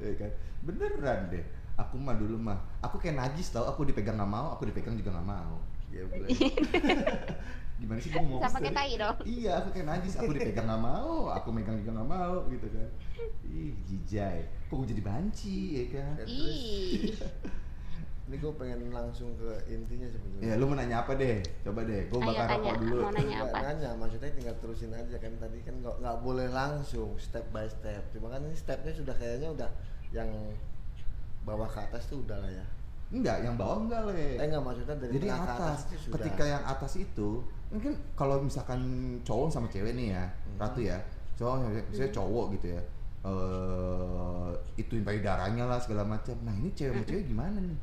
Speaker 2: ya kan, beneran deh. Aku mah dulu mah, aku kayak najis tau, aku dipegang nggak mau, aku dipegang juga nggak mau.
Speaker 1: Ya boleh.
Speaker 2: Gimana sih kamu mau?
Speaker 3: Sama kayak tai dong.
Speaker 2: Oh, Iya, aku kayak najis, aku dipegang nggak mau, aku megang juga nggak mau gitu kan. Ih, jijai. Kok gue jadi banci ya kan?
Speaker 1: Ya, terus?
Speaker 3: Ih.
Speaker 1: ini gue pengen langsung ke intinya sebetulnya
Speaker 2: Ya, lu mau nanya apa deh? Coba deh, gue
Speaker 3: Ayo,
Speaker 2: bakar
Speaker 3: tanya.
Speaker 2: rokok dulu.
Speaker 3: Mau nanya
Speaker 1: Nggak
Speaker 3: apa?
Speaker 1: nanya maksudnya tinggal terusin aja kan tadi kan nggak nggak boleh langsung step by step cuma kan ini stepnya sudah kayaknya udah yang bawah ke atas tuh udah lah ya
Speaker 2: Enggak, yang bawah enggak, Le.
Speaker 1: eh nggak maksudnya dari
Speaker 2: Jadi
Speaker 1: tengah ke
Speaker 2: atas,
Speaker 1: itu sudah
Speaker 2: ketika yang atas itu mungkin kalau misalkan cowok sama cewek nih ya,
Speaker 1: Hmm.
Speaker 2: ratu ya, cowok sama cewek, misalnya cowok gitu ya, eh itu payudaranya lah segala macam. Nah ini cewek sama
Speaker 1: Hmm.
Speaker 2: cewek gimana nih?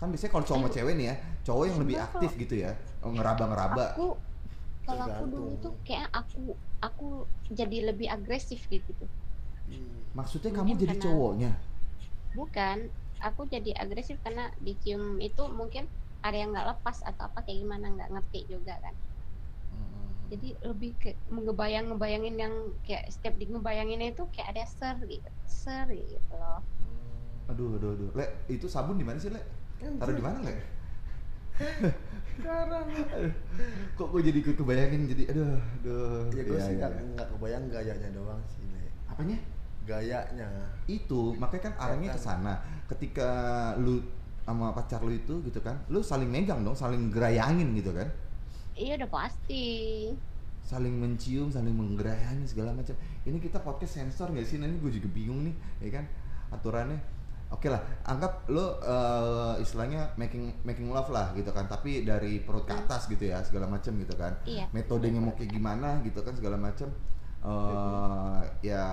Speaker 2: Kan biasanya kalau
Speaker 1: Iya.
Speaker 2: cowok sama cewek nih ya, cowok yang lebih
Speaker 3: Sebenarnya
Speaker 2: aktif gitu ya, ngeraba-ngeraba.
Speaker 3: aku kalau aku dulu
Speaker 1: Tergantung.
Speaker 3: tuh kayak aku aku jadi lebih agresif gitu
Speaker 1: Hmm.
Speaker 2: Maksudnya kamu
Speaker 3: Mungkin
Speaker 2: jadi
Speaker 3: karena-
Speaker 2: cowoknya?
Speaker 3: bukan aku jadi agresif karena dicium itu mungkin ada yang nggak lepas atau apa kayak gimana nggak ngerti juga kan jadi lebih ke ngebayang ngebayangin yang kayak setiap di ngebayanginnya itu kayak ada ser gitu ser gitu loh
Speaker 2: Aduh, aduh, aduh. Le, itu sabun di mana sih, Le?
Speaker 1: Kan
Speaker 2: Taruh di mana, Le?
Speaker 1: [LAUGHS] sekarang
Speaker 2: Kok gue jadi ikut kebayangin jadi aduh, aduh.
Speaker 1: ya gue
Speaker 2: Iya,
Speaker 1: sih
Speaker 2: iya,
Speaker 1: nggak
Speaker 2: iya.
Speaker 1: nggak kebayang gayanya doang sih Le.
Speaker 2: Apanya?
Speaker 1: gayanya
Speaker 2: itu makanya kan
Speaker 1: kan?
Speaker 2: arahnya ke sana ketika lu sama pacar lu itu gitu kan lu saling megang dong saling gerayangin gitu kan
Speaker 3: iya udah pasti
Speaker 2: saling mencium saling menggerayangi segala macam ini kita podcast sensor nggak sih nanti gue juga bingung nih ya kan aturannya oke lah anggap lu eh, istilahnya making making love lah gitu kan tapi dari perut ke atas gitu ya segala macam gitu kan
Speaker 3: iya
Speaker 2: metodenya mau kayak gimana gitu kan segala macam eh ya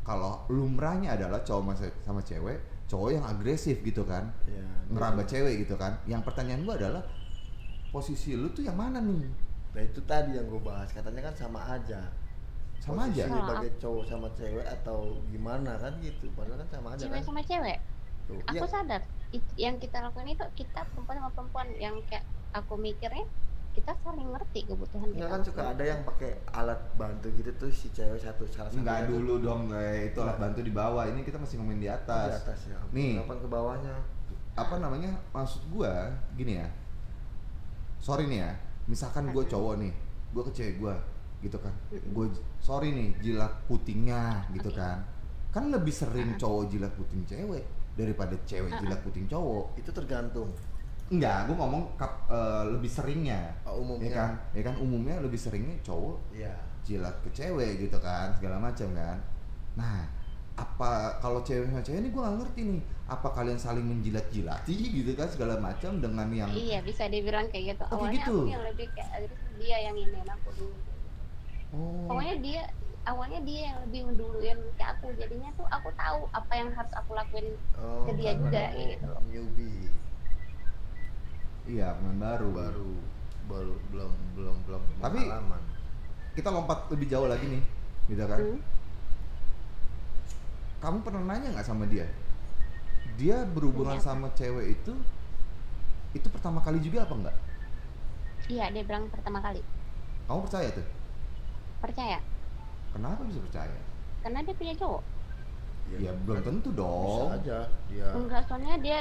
Speaker 2: kalau lumrahnya adalah cowok sama, se- sama cewek cowok yang agresif gitu kan
Speaker 1: ya
Speaker 2: meraba cewek gitu kan yang pertanyaan gua adalah posisi lu tuh yang mana nih
Speaker 1: nah itu tadi yang gue bahas katanya kan sama aja
Speaker 2: sama
Speaker 1: Posisi
Speaker 2: aja
Speaker 3: Sama.
Speaker 1: sebagai cowok sama cewek atau gimana kan gitu padahal kan sama aja
Speaker 3: cewek
Speaker 1: kan
Speaker 3: sama cewek
Speaker 1: Tuh,
Speaker 3: aku
Speaker 1: iya.
Speaker 3: sadar it- yang kita lakukan itu kita perempuan sama perempuan yang kayak aku mikirnya kita saling ngerti
Speaker 1: Enggak
Speaker 3: kebutuhan kita
Speaker 1: kan suka ada yang pakai alat bantu gitu tuh si cewek satu salah satu
Speaker 2: nggak dulu dong Le. itu alat bantu di bawah ini kita masih ngomongin
Speaker 1: di
Speaker 2: di atas
Speaker 1: atas ya
Speaker 2: Nih.
Speaker 1: kapan ke bawahnya
Speaker 2: apa namanya maksud gua gini ya sorry nih ya misalkan gua cowok nih gua ke cewek gua gitu kan gue sorry nih jilat putingnya gitu
Speaker 3: Oke.
Speaker 2: kan kan lebih sering cowok jilat puting cewek daripada cewek
Speaker 3: Ah.
Speaker 2: jilat puting cowok
Speaker 1: itu tergantung
Speaker 2: Iya enggak gua ngomong kap- eh, lebih seringnya
Speaker 1: uh, umumnya
Speaker 2: ya kan ya kan umumnya lebih seringnya cowok
Speaker 1: Iya.
Speaker 2: jilat ke cewek gitu kan segala macam kan nah apa kalau cewek sama cewek ini gue gak ngerti nih apa kalian saling menjilat-jilati gitu kan segala macam dengan yang
Speaker 3: iya bisa dibilang kayak
Speaker 2: Oh,
Speaker 3: gitu
Speaker 2: kayak
Speaker 3: awalnya
Speaker 2: gitu.
Speaker 3: aku yang lebih kayak agresif, dia yang ini aku dulu
Speaker 2: oh
Speaker 3: pokoknya dia awalnya dia yang lebih ngeduluin ke aku jadinya tuh aku tahu apa yang harus aku lakuin
Speaker 1: Oh,
Speaker 3: Ke dia
Speaker 1: karena
Speaker 3: juga,
Speaker 1: kamu
Speaker 3: kayak gitu loh.
Speaker 1: newbie
Speaker 2: iya pemain baru
Speaker 1: baru baru belum belum belum
Speaker 2: Tapi-
Speaker 1: pengalaman.
Speaker 2: kita lompat lebih jauh lagi nih gitu kan
Speaker 3: Hmm.
Speaker 2: kamu pernah nanya nggak sama dia dia berhubungan
Speaker 3: Nanya.
Speaker 2: sama cewek itu itu pertama kali juga apa enggak
Speaker 3: iya dia bilang pertama kali
Speaker 2: kamu percaya tuh
Speaker 3: percaya
Speaker 2: kenapa bisa percaya
Speaker 3: karena dia punya cowok
Speaker 2: ya belum tentu
Speaker 1: Iya. bisa
Speaker 2: dong
Speaker 1: aja iya. dia
Speaker 3: enggak soalnya dia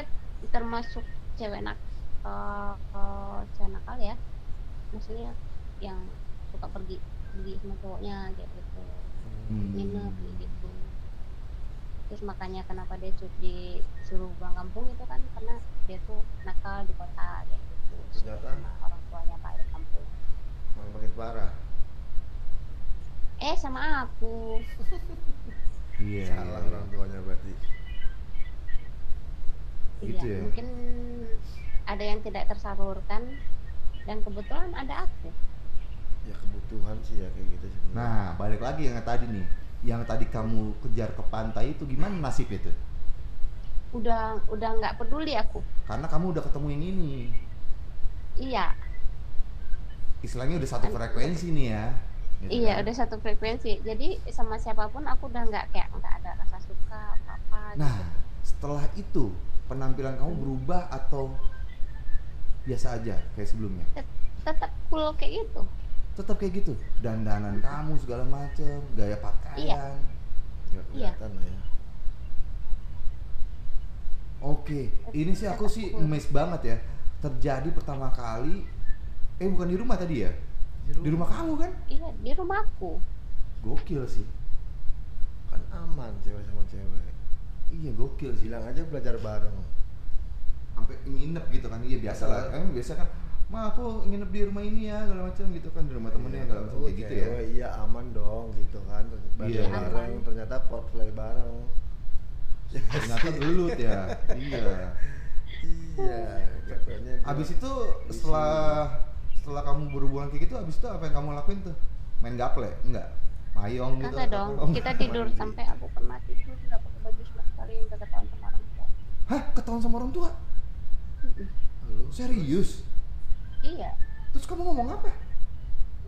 Speaker 3: termasuk cewek nak eh, eh, cewek nakal ya maksudnya yang suka pergi pergi sama cowoknya kayak gitu
Speaker 2: Hmm.
Speaker 3: nginep kayak gitu terus makanya kenapa dia su- disuruh pulang kampung itu kan karena dia tuh nakal di kota kayak gitu
Speaker 1: Ternyata?
Speaker 3: sama orang tuanya pak di kampung
Speaker 1: makin makin parah.
Speaker 3: eh sama aku
Speaker 2: iya
Speaker 1: Salah orang tuanya berarti.
Speaker 2: Gitu
Speaker 3: iya
Speaker 2: ya?
Speaker 3: mungkin ada yang tidak tersalurkan dan kebetulan ada aku
Speaker 1: Ya kebutuhan sih ya kayak gitu sebenarnya.
Speaker 2: nah balik lagi yang tadi nih yang tadi kamu kejar ke pantai itu gimana nasibnya tuh
Speaker 3: udah udah nggak peduli aku
Speaker 2: karena kamu udah ketemu yang ini
Speaker 3: iya
Speaker 2: istilahnya udah satu frekuensi nih ya gitu
Speaker 3: iya
Speaker 2: kan.
Speaker 3: udah satu frekuensi jadi sama siapapun aku udah nggak kayak nggak ada rasa suka apa apa
Speaker 2: Nah, setelah itu penampilan kamu berubah atau biasa aja kayak sebelumnya?
Speaker 3: tetap cool kayak gitu
Speaker 2: Tetap kayak gitu, dandanan kamu segala macem, gaya pakaian.
Speaker 1: Nggak
Speaker 3: iya.
Speaker 1: kelihatan lah ya.
Speaker 2: Oke, ini sih aku sih amazed banget ya. Terjadi pertama kali, eh bukan di rumah tadi ya? Di rumah kamu kan?
Speaker 3: iya di rumah aku
Speaker 2: Gokil sih.
Speaker 1: kan aman cewek sama cewek.
Speaker 2: Iya gokil sih.
Speaker 1: Bilang aja belajar bareng.
Speaker 2: sampai nginep gitu kan iya biasa lah kan biasa kan ma aku nginep di rumah ini ya segala macam gitu kan di rumah temennya segala macam
Speaker 1: Oh,
Speaker 2: kayak gitu ya
Speaker 1: cewek, iya aman dong gitu kan Belajar
Speaker 2: Iya.
Speaker 1: bareng
Speaker 3: Aman.
Speaker 1: ternyata portplay bareng
Speaker 2: ternyata gelut ya
Speaker 1: [LAUGHS]
Speaker 2: iya
Speaker 1: iya katanya dia-
Speaker 2: Abis itu setelah setelah kamu berhubungan kayak gitu, abis itu apa yang kamu lakuin tuh? Main gaple? Enggak. Mayong gitu. atau
Speaker 3: Kagak dong,
Speaker 2: apa?
Speaker 3: kita tidur sampai aku pernah tidur nggak pakai baju sama sekali nggak ketahuan sama orang tua.
Speaker 2: Hah? Ketahuan sama orang tua?
Speaker 1: Lu
Speaker 2: Serius?
Speaker 3: Iya,
Speaker 2: Terus kamu ngomong apa?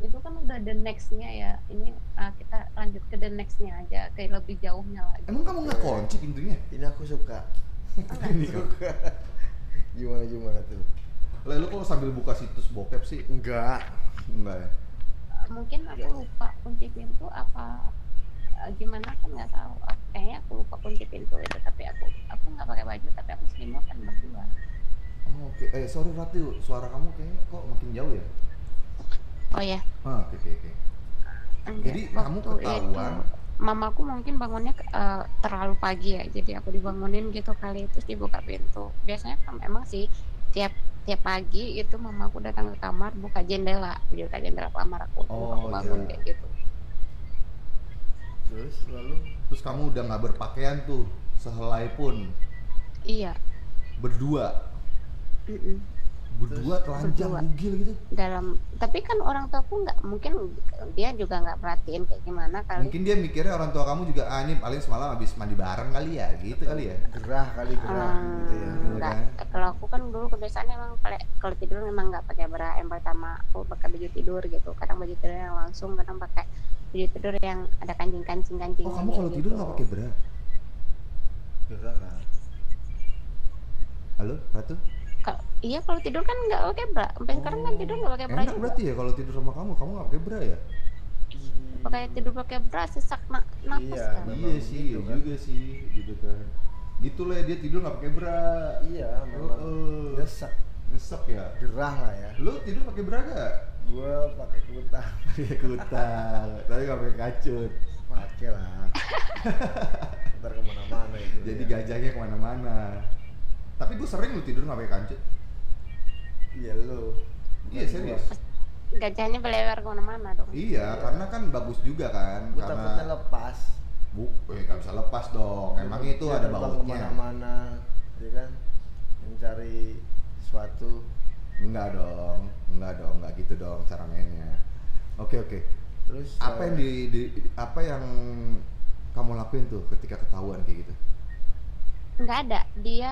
Speaker 3: itu kan udah the nextnya ya. Ini ah, kita lanjut ke the nextnya aja, kayak lebih jauhnya lagi.
Speaker 2: Emang kamu
Speaker 1: Eh.
Speaker 2: nggak kunci pintunya?
Speaker 1: ini aku [LAUGHS] suka suka gimana gimana tuh
Speaker 2: Lalu kok sambil buka situs bokep sih?
Speaker 1: enggak
Speaker 2: Enggak ya?
Speaker 3: Eh, Mungkin aku lupa kunci pintu apa eh, gimana kan nggak tahu. Aku- Kayaknya aku lupa kunci pintu itu, tapi aku aku nggak pakai baju, tapi aku selimutan berdua.
Speaker 2: Oh, oke. Eh, sorry Ratu, suara kamu kayaknya kok makin jauh ya?
Speaker 3: Oh ya,
Speaker 2: Ah, oke oke oke. Jadi
Speaker 3: Iya,
Speaker 2: kamu ketahuan
Speaker 3: mamaku mungkin bangunnya eh, terlalu pagi ya jadi aku dibangunin gitu kali terus dibuka pintu biasanya kan emang sih tiap tiap pagi itu mamaku datang ke kamar buka jendela buka jendela kamar aku terus
Speaker 2: Oh,
Speaker 3: aku bangun
Speaker 2: iya.
Speaker 3: kayak gitu
Speaker 1: terus lalu
Speaker 2: terus kamu udah nggak berpakaian tuh sehelai pun
Speaker 3: iya
Speaker 2: berdua
Speaker 3: mm-mm.
Speaker 2: berdua telanjang
Speaker 3: Berdua.
Speaker 2: bugil gitu
Speaker 3: dalam tapi kan orang tuaku nggak mungkin dia juga nggak perhatiin kayak gimana kali
Speaker 2: Mungkin dia mikirnya orang tua kamu juga ah ini paling semalam habis mandi bareng kali ya, gitu kali ya.
Speaker 1: gerah kali gerah gitu ya
Speaker 3: Hmm, enggak. Kalau aku kan dulu kebiasaannya emang pale- kalau tidur memang nggak pakai bra. Yang pertama aku pakai baju tidur gitu. Kadang baju tidur yang langsung, kadang pakai baju tidur yang ada gitu. kancing-kancing kancing.
Speaker 2: Oh kamu kalau tidur nggak pakai bra?
Speaker 1: gerah kan
Speaker 2: Halo, Ratu?
Speaker 3: Iya kalau tidur kan nggak pakai bra. Sampai sekarang kan tidur nggak pakai bra
Speaker 2: Enak
Speaker 3: juga. Iya,
Speaker 2: berarti ya kalau tidur sama kamu, kamu nggak pakai bra ya?
Speaker 3: Pakai tidur pakai bra sesak na nafas
Speaker 1: Iya,
Speaker 3: kan.
Speaker 1: Memang
Speaker 2: iya sih,
Speaker 1: gitu
Speaker 2: iya
Speaker 1: kan.
Speaker 2: juga sih, gitu kan. Gitu lah dia tidur nggak pakai bra.
Speaker 1: iya
Speaker 2: Oh,
Speaker 1: memang
Speaker 2: oh.
Speaker 1: nyesek
Speaker 2: Nyesek ya.
Speaker 1: gerah lah ya
Speaker 2: Lu tidur pakai bra [LAUGHS] gak?
Speaker 1: gue pakai kutang
Speaker 2: Pakai kutang, tapi nggak pakai kacut.
Speaker 1: pakai
Speaker 2: [LAUGHS]
Speaker 1: lah ntar kemana-mana itu
Speaker 2: Jadi
Speaker 1: ya.
Speaker 2: gajahnya kemana-mana. Tapi gue sering lu tidur nggak pakai kacut.
Speaker 1: iya lu
Speaker 2: Iya serius.
Speaker 3: Gajahnya berlebar kemana-mana dong.
Speaker 2: Iya, karena kan bagus juga kan.
Speaker 1: gue
Speaker 2: karena
Speaker 1: takutnya lepas
Speaker 2: Bu, eh, nggak bisa lepas dong. Emang itu
Speaker 1: Dia
Speaker 2: ada
Speaker 1: terbang
Speaker 2: bautnya?
Speaker 1: iya, kemana-mana ya kan mencari sesuatu
Speaker 2: Enggak dong, enggak dong, enggak gitu dong cara mainnya. Oke oke.
Speaker 1: terus
Speaker 2: Apa
Speaker 1: eh,
Speaker 2: yang di, di- apa yang kamu lakuin tuh ketika ketahuan kayak gitu?
Speaker 3: Nggak ada. Dia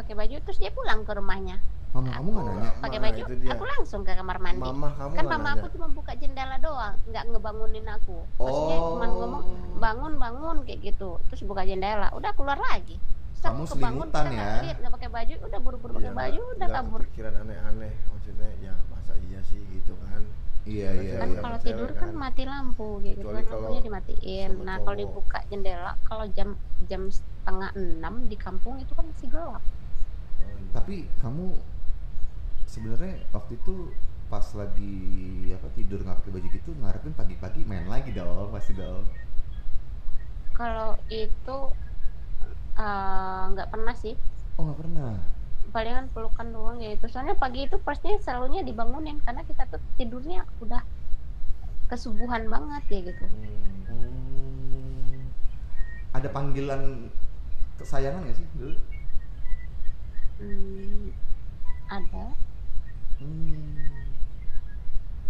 Speaker 3: pakai baju terus dia pulang ke rumahnya.
Speaker 2: Mama kamu nggak nanya?
Speaker 3: Pakai
Speaker 1: Nah,
Speaker 3: baju
Speaker 1: itu dia.
Speaker 3: aku langsung ke kamar mandi.
Speaker 1: mamah kamu
Speaker 3: kan
Speaker 1: nggak
Speaker 3: mama
Speaker 1: nanya?
Speaker 3: aku cuma buka jendela doang nggak ngebangunin aku maksudnya
Speaker 1: Oh.
Speaker 3: cuma ngomong bangun bangun kayak gitu terus buka jendela udah keluar lagi Set,
Speaker 2: Kamu
Speaker 3: kebangun,
Speaker 2: selimutan
Speaker 3: kita
Speaker 2: ya?
Speaker 3: nggak lihat, nggak pakai baju udah buru-buru
Speaker 1: Iya,
Speaker 3: pakai baju
Speaker 1: nggak-
Speaker 3: udah
Speaker 1: nggak
Speaker 3: kabur
Speaker 1: kepikiran aneh-aneh maksudnya ya masa iya sih gitu kan
Speaker 2: Iya
Speaker 1: Kan
Speaker 2: iya.
Speaker 3: kan
Speaker 2: iya.
Speaker 1: sama
Speaker 3: kalau
Speaker 1: cewek
Speaker 3: tidur kan
Speaker 1: kan.
Speaker 3: mati lampu gitu
Speaker 1: Kecuali
Speaker 3: kan
Speaker 1: kalau
Speaker 3: lampunya dimatiin
Speaker 1: sama
Speaker 3: nah kalau
Speaker 1: cowok.
Speaker 3: dibuka jendela kalau jam jam setengah enam di kampung itu kan masih gelap
Speaker 2: Tapi kamu sebenarnya waktu itu pas lagi apa tidur nggak pakai baju gitu ngarepin pagi-pagi main lagi dong pasti dong
Speaker 3: kalau itu eh, nggak pernah sih
Speaker 2: oh nggak pernah
Speaker 3: palingan pelukan doang ya itu soalnya pagi itu pastinya selalunya dibangunin karena kita tuh tidurnya udah kesubuhan banget ya gitu
Speaker 1: Hmm.
Speaker 2: Hmm. Ada panggilan kesayangan nggak sih dulu?
Speaker 3: Hmm, ada
Speaker 2: Hmm.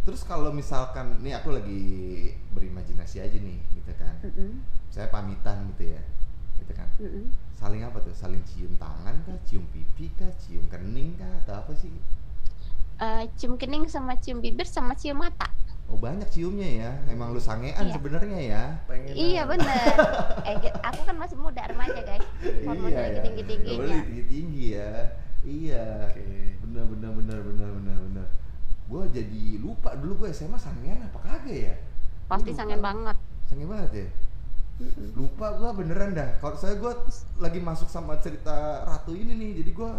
Speaker 2: Terus kalau misalkan nih aku lagi berimajinasi aja nih gitu kan.
Speaker 3: Mm-mm,
Speaker 2: Saya pamitan gitu ya. Gitu kan.
Speaker 3: mm-mm.
Speaker 2: Saling apa tuh? Saling cium tangan kah, cium pipi kah, cium kening kah atau apa sih?
Speaker 3: Eh, cium kening sama cium bibir sama cium mata
Speaker 2: Oh, banyak ciumnya ya. Emang lu sangean
Speaker 3: Iya.
Speaker 2: sebenarnya ya.
Speaker 1: pengen
Speaker 3: iya
Speaker 1: lah.
Speaker 3: bener Eh, ge- aku kan masih muda remaja guys hormonnya
Speaker 2: ya.
Speaker 3: lagi tinggi
Speaker 2: Hormonnya
Speaker 3: tingginya
Speaker 2: lagi tinggi-tinggi ya. Iya.
Speaker 1: oke
Speaker 2: benar benar benar benar benar benar gue jadi lupa dulu gue SMA sangean apa kagak ya
Speaker 3: pasti
Speaker 2: Lupa.
Speaker 3: sangen banget
Speaker 2: sangean banget ya lupa gue beneran dah kalau saya gue lagi masuk sama cerita ratu ini nih jadi gue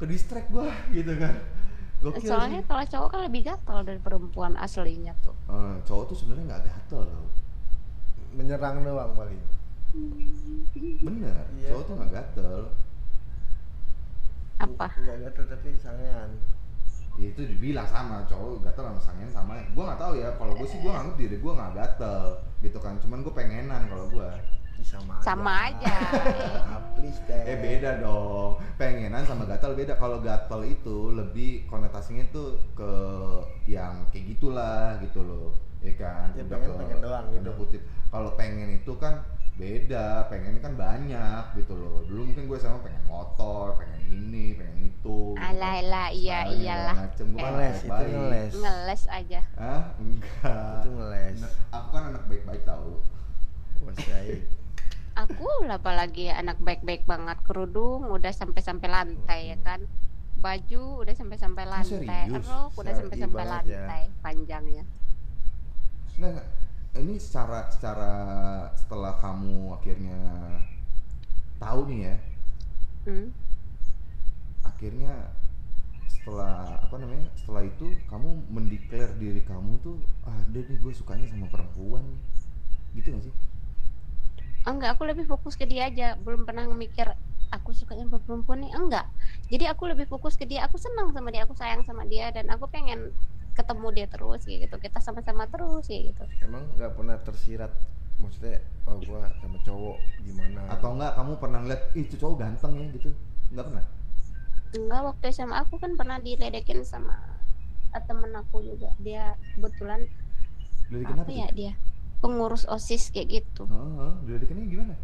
Speaker 2: ke distract gue [LAUGHS] gitu kan Gokil sih.
Speaker 3: soalnya kalau cowok kan lebih gatal dari perempuan aslinya tuh
Speaker 2: Eh, cowok tuh sebenarnya nggak gatel loh
Speaker 1: menyerang doang paling
Speaker 2: bener
Speaker 1: Iya.
Speaker 2: cowok tuh nggak gatel
Speaker 3: apa
Speaker 1: Enggak gatel tapi kan sangean.
Speaker 2: Ya, itu dibilang sama cowok gatel sama sangen sama gue nggak tahu ya kalau gue sih gue nganggep diri gue nggak gatel gitu kan cuman gue pengenan kalau gue
Speaker 1: Ih, Sama aja.
Speaker 3: Sama aja.
Speaker 1: Ah, please deh.
Speaker 2: eh beda dong pengenan sama gatel beda kalau gatel itu lebih konotasinya tuh ke yang kayak gitulah gitu loh ya kan
Speaker 1: Ya,
Speaker 2: Udah
Speaker 1: pengen-
Speaker 2: ke-
Speaker 1: pengen doang
Speaker 2: tanda
Speaker 1: gitu.
Speaker 2: kutip kalau pengen itu kan beda pengen kan banyak gitu loh dulu mungkin gue sama pengen motor pengen ini pengen itu gitu.
Speaker 3: alah alah iya
Speaker 2: Sekarang ini
Speaker 3: iyalah
Speaker 2: segala macem, gue kan
Speaker 1: Ngeles
Speaker 2: anak
Speaker 1: itu
Speaker 2: baik.
Speaker 1: ngeles.
Speaker 3: ngeles aja
Speaker 2: Hah? enggak
Speaker 1: Itu ngeles.
Speaker 2: Nah, aku kan anak baik-baik tau
Speaker 1: Kuasai.
Speaker 3: aku lah apalagi ya, anak baik-baik banget kerudung udah sampai-sampai lantai ya kan baju udah sampai-sampai
Speaker 2: Ah,
Speaker 3: lantai
Speaker 2: serius?
Speaker 3: rok udah
Speaker 1: Syar'i
Speaker 3: sampai-sampai
Speaker 1: Oh, banget ya.
Speaker 3: lantai panjangnya
Speaker 2: Nah, nah, ini secara secara setelah kamu akhirnya tahu nih ya,
Speaker 3: Hmm.
Speaker 2: akhirnya setelah apa namanya setelah itu kamu mendeklar diri kamu tuh ah udah nih gue sukanya sama perempuan nih." gitu gak sih
Speaker 3: Ah, enggak aku lebih fokus ke dia aja belum pernah mikir aku sukanya sama perempuan nih enggak jadi aku lebih fokus ke dia aku senang sama dia aku sayang sama dia dan aku pengen ketemu dia terus kayak gitu kita sama-sama terus kayak gitu
Speaker 1: Emang nggak pernah tersirat maksudnya oh gua sama cowok gimana?
Speaker 3: Nah.
Speaker 2: atau enggak kamu pernah ngeliat "Ih, itu cowok ganteng ya gitu nggak pernah
Speaker 3: enggak waktu sama aku kan pernah diledekin sama eh, temen aku juga dia kebetulan
Speaker 2: dari
Speaker 3: apa
Speaker 2: kenapa
Speaker 3: ya
Speaker 2: sih
Speaker 3: dia pengurus osis kayak gitu
Speaker 2: Heeh, dari kenapa gimana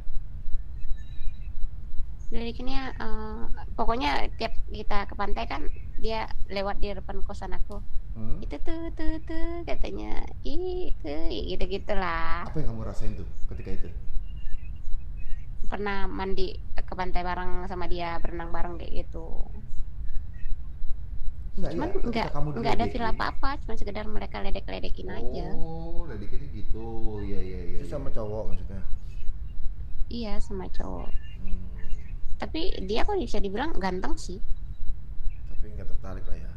Speaker 3: ledekinnya eh, pokoknya tiap kita ke pantai kan dia lewat di depan kosan aku
Speaker 2: Heeh.
Speaker 3: itu tuh tuh tuh katanya itu gitu gitulah
Speaker 2: apa yang kamu rasain tuh ketika itu
Speaker 3: pernah mandi ke pantai bareng sama dia berenang bareng kayak gitu
Speaker 2: Enggak,
Speaker 3: cuman
Speaker 2: iya, ketika
Speaker 3: nggak
Speaker 2: kamu gitu.
Speaker 3: nggak ada
Speaker 2: diledekin.
Speaker 3: feel apa apa cuman sekedar mereka ledek ledekin aja
Speaker 2: oh ledekinnya gitu iya iya iya
Speaker 1: itu
Speaker 2: iya.
Speaker 1: sama cowok maksudnya.
Speaker 3: iya sama cowok
Speaker 1: Hmm,
Speaker 3: tapi dia kok bisa dibilang ganteng sih
Speaker 1: tapi nggak tertarik lah ya.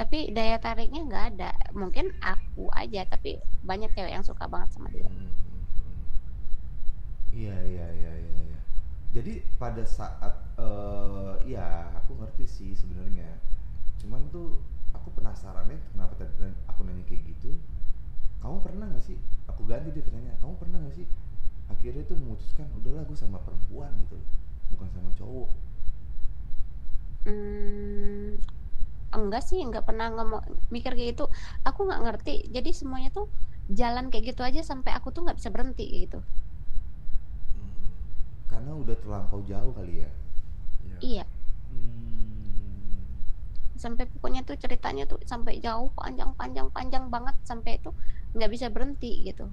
Speaker 3: tapi daya tariknya nggak ada mungkin aku aja tapi banyak cewek yang suka banget sama dia
Speaker 1: Hmm, hmm,
Speaker 2: Iya iya iya iya. iya. Jadi pada saat eh ya aku ngerti sih sebenarnya. Cuman tuh aku penasarannya kenapa tadi nanya- aku nanya kayak gitu. Kamu pernah nggak sih? Aku ganti deh pertanyaan. Kamu pernah nggak sih? Akhirnya tuh memutuskan udahlah gue sama perempuan gitu, bukan sama cowok.
Speaker 3: Hmm, enggak sih, enggak pernah ngomong mikir kayak gitu. Aku nggak ngerti. Jadi semuanya tuh jalan kayak gitu aja sampai aku tuh nggak bisa berhenti kayak gitu.
Speaker 1: hmm.
Speaker 2: Karena udah terlampau jauh kali ya.
Speaker 1: Iya.
Speaker 3: Iya,
Speaker 2: Hmm.
Speaker 3: sampai pokoknya tuh ceritanya tuh sampai jauh panjang-panjang panjang banget sampai itu nggak bisa berhenti gitu.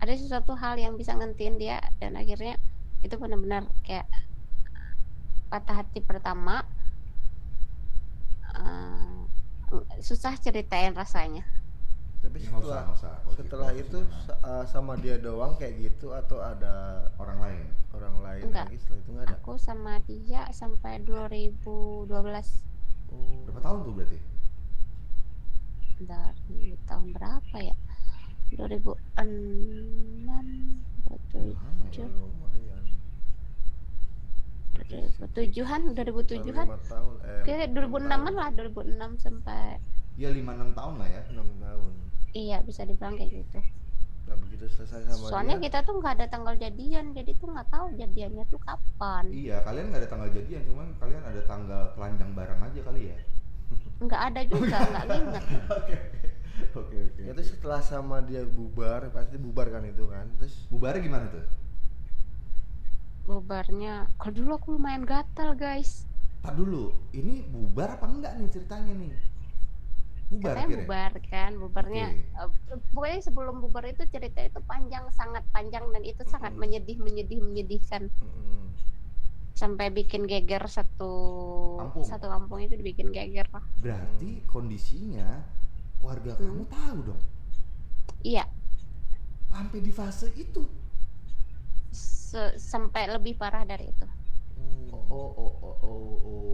Speaker 3: Ada sesuatu hal yang bisa ngentiin dia dan akhirnya itu benar-benar kayak patah hati pertama. eh, susah ceritain rasanya.
Speaker 1: Tapi
Speaker 2: Ya, nggak usah,
Speaker 1: setelah
Speaker 2: nggak usah. Kalau gitu,
Speaker 1: setelah
Speaker 2: nggak usah,
Speaker 1: itu
Speaker 2: jangan.
Speaker 1: sa- eh, sama dia doang kayak gitu atau ada
Speaker 2: orang lain.
Speaker 1: orang lain
Speaker 3: Enggak.
Speaker 1: lagi setelah itu nggak ada?
Speaker 3: Aku sama dia sampai 2012
Speaker 1: Oh.
Speaker 2: Berapa tahun tuh berarti?
Speaker 3: dari tahun berapa ya? 2006 betul.
Speaker 2: Lama
Speaker 1: Ya,
Speaker 2: ya.
Speaker 1: lumayan.
Speaker 3: 2007-an, 2007-an.
Speaker 1: Lima tahun. Eh,
Speaker 3: Oke,
Speaker 1: enam
Speaker 3: 2006-an
Speaker 1: tahun.
Speaker 3: lah, 2006 sampai
Speaker 2: Ya lima enam tahun lah ya.
Speaker 1: Enam tahun.
Speaker 3: iya bisa dibilang kayak gitu.
Speaker 2: Iya,
Speaker 1: Nah begitu selesai sama
Speaker 3: Soalnya
Speaker 1: dia.
Speaker 3: kita tuh nggak ada tanggal jadian, jadi tuh nggak tahu jadiannya tuh kapan.
Speaker 2: Iya, kalian nggak ada tanggal jadian, cuman kalian ada tanggal telanjang bareng aja kali ya.
Speaker 3: Nggak ada
Speaker 2: [LAUGHS]
Speaker 3: juga, nggak inget.
Speaker 2: Oke, [LAUGHS] oke, oke.
Speaker 1: Ya terus setelah sama dia bubar, pasti bubar kan itu kan. Terus
Speaker 2: bubarnya gimana tuh?
Speaker 3: Bubarnya, kalau dulu aku lumayan gatal guys.
Speaker 2: Tar dulu, ini bubar apa enggak nih ceritanya nih? Bubar
Speaker 3: Katanya
Speaker 2: akhirnya?
Speaker 3: bubar kan, bubarnya
Speaker 2: Oke.
Speaker 3: Eh, pokoknya sebelum bubar itu cerita itu panjang sangat panjang dan itu sangat
Speaker 2: Hmm.
Speaker 1: Mm-mm.
Speaker 3: menyedih menyedih menyedihkan
Speaker 1: mm,
Speaker 3: sampai bikin geger satu
Speaker 2: Kampung.
Speaker 3: satu kampung itu dibikin geger lah
Speaker 2: Berarti kondisinya keluarga
Speaker 3: Hmm.
Speaker 2: kamu tahu dong,
Speaker 3: iya
Speaker 2: sampai di fase itu.
Speaker 3: se- sampai lebih parah dari itu
Speaker 1: mm.
Speaker 2: Oh, oh, oh, oh, oh.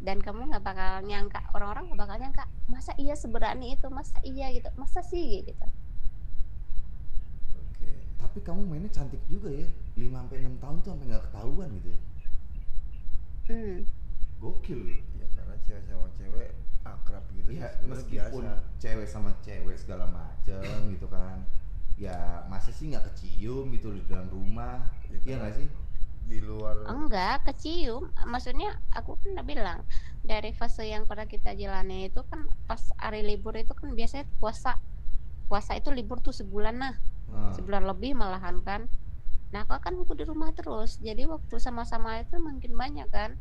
Speaker 3: dan kamu nggak bakal nyangka orang-orang nggak bakal nyangka masa iya seberani itu masa iya gitu masa sih gitu
Speaker 1: Oke.
Speaker 2: Tapi kamu mainnya cantik juga ya, 5 sampai 6 tahun tuh sampai nggak ketahuan gitu ya.
Speaker 3: Hmm.
Speaker 2: gokil loh
Speaker 1: ya karena cewek sama cewek akrab gitu
Speaker 2: ya
Speaker 1: sebenarnya
Speaker 2: meskipun cewek sama cewek segala macem gitu kan ya masa sih nggak kecium gitu di dalam rumah
Speaker 1: Ya,
Speaker 2: iya
Speaker 1: kan.
Speaker 2: nggak sih
Speaker 1: di luar
Speaker 3: Enggak, kecium. Maksudnya aku kan udah bilang dari fase yang pernah kita jalani itu kan pas hari libur itu kan biasanya puasa. Puasa itu libur tuh sebulan nah,
Speaker 2: Hmm.
Speaker 3: sebulan lebih malahan kan. Nah, aku kan aku di rumah terus. Jadi waktu sama-sama itu makin banyak kan.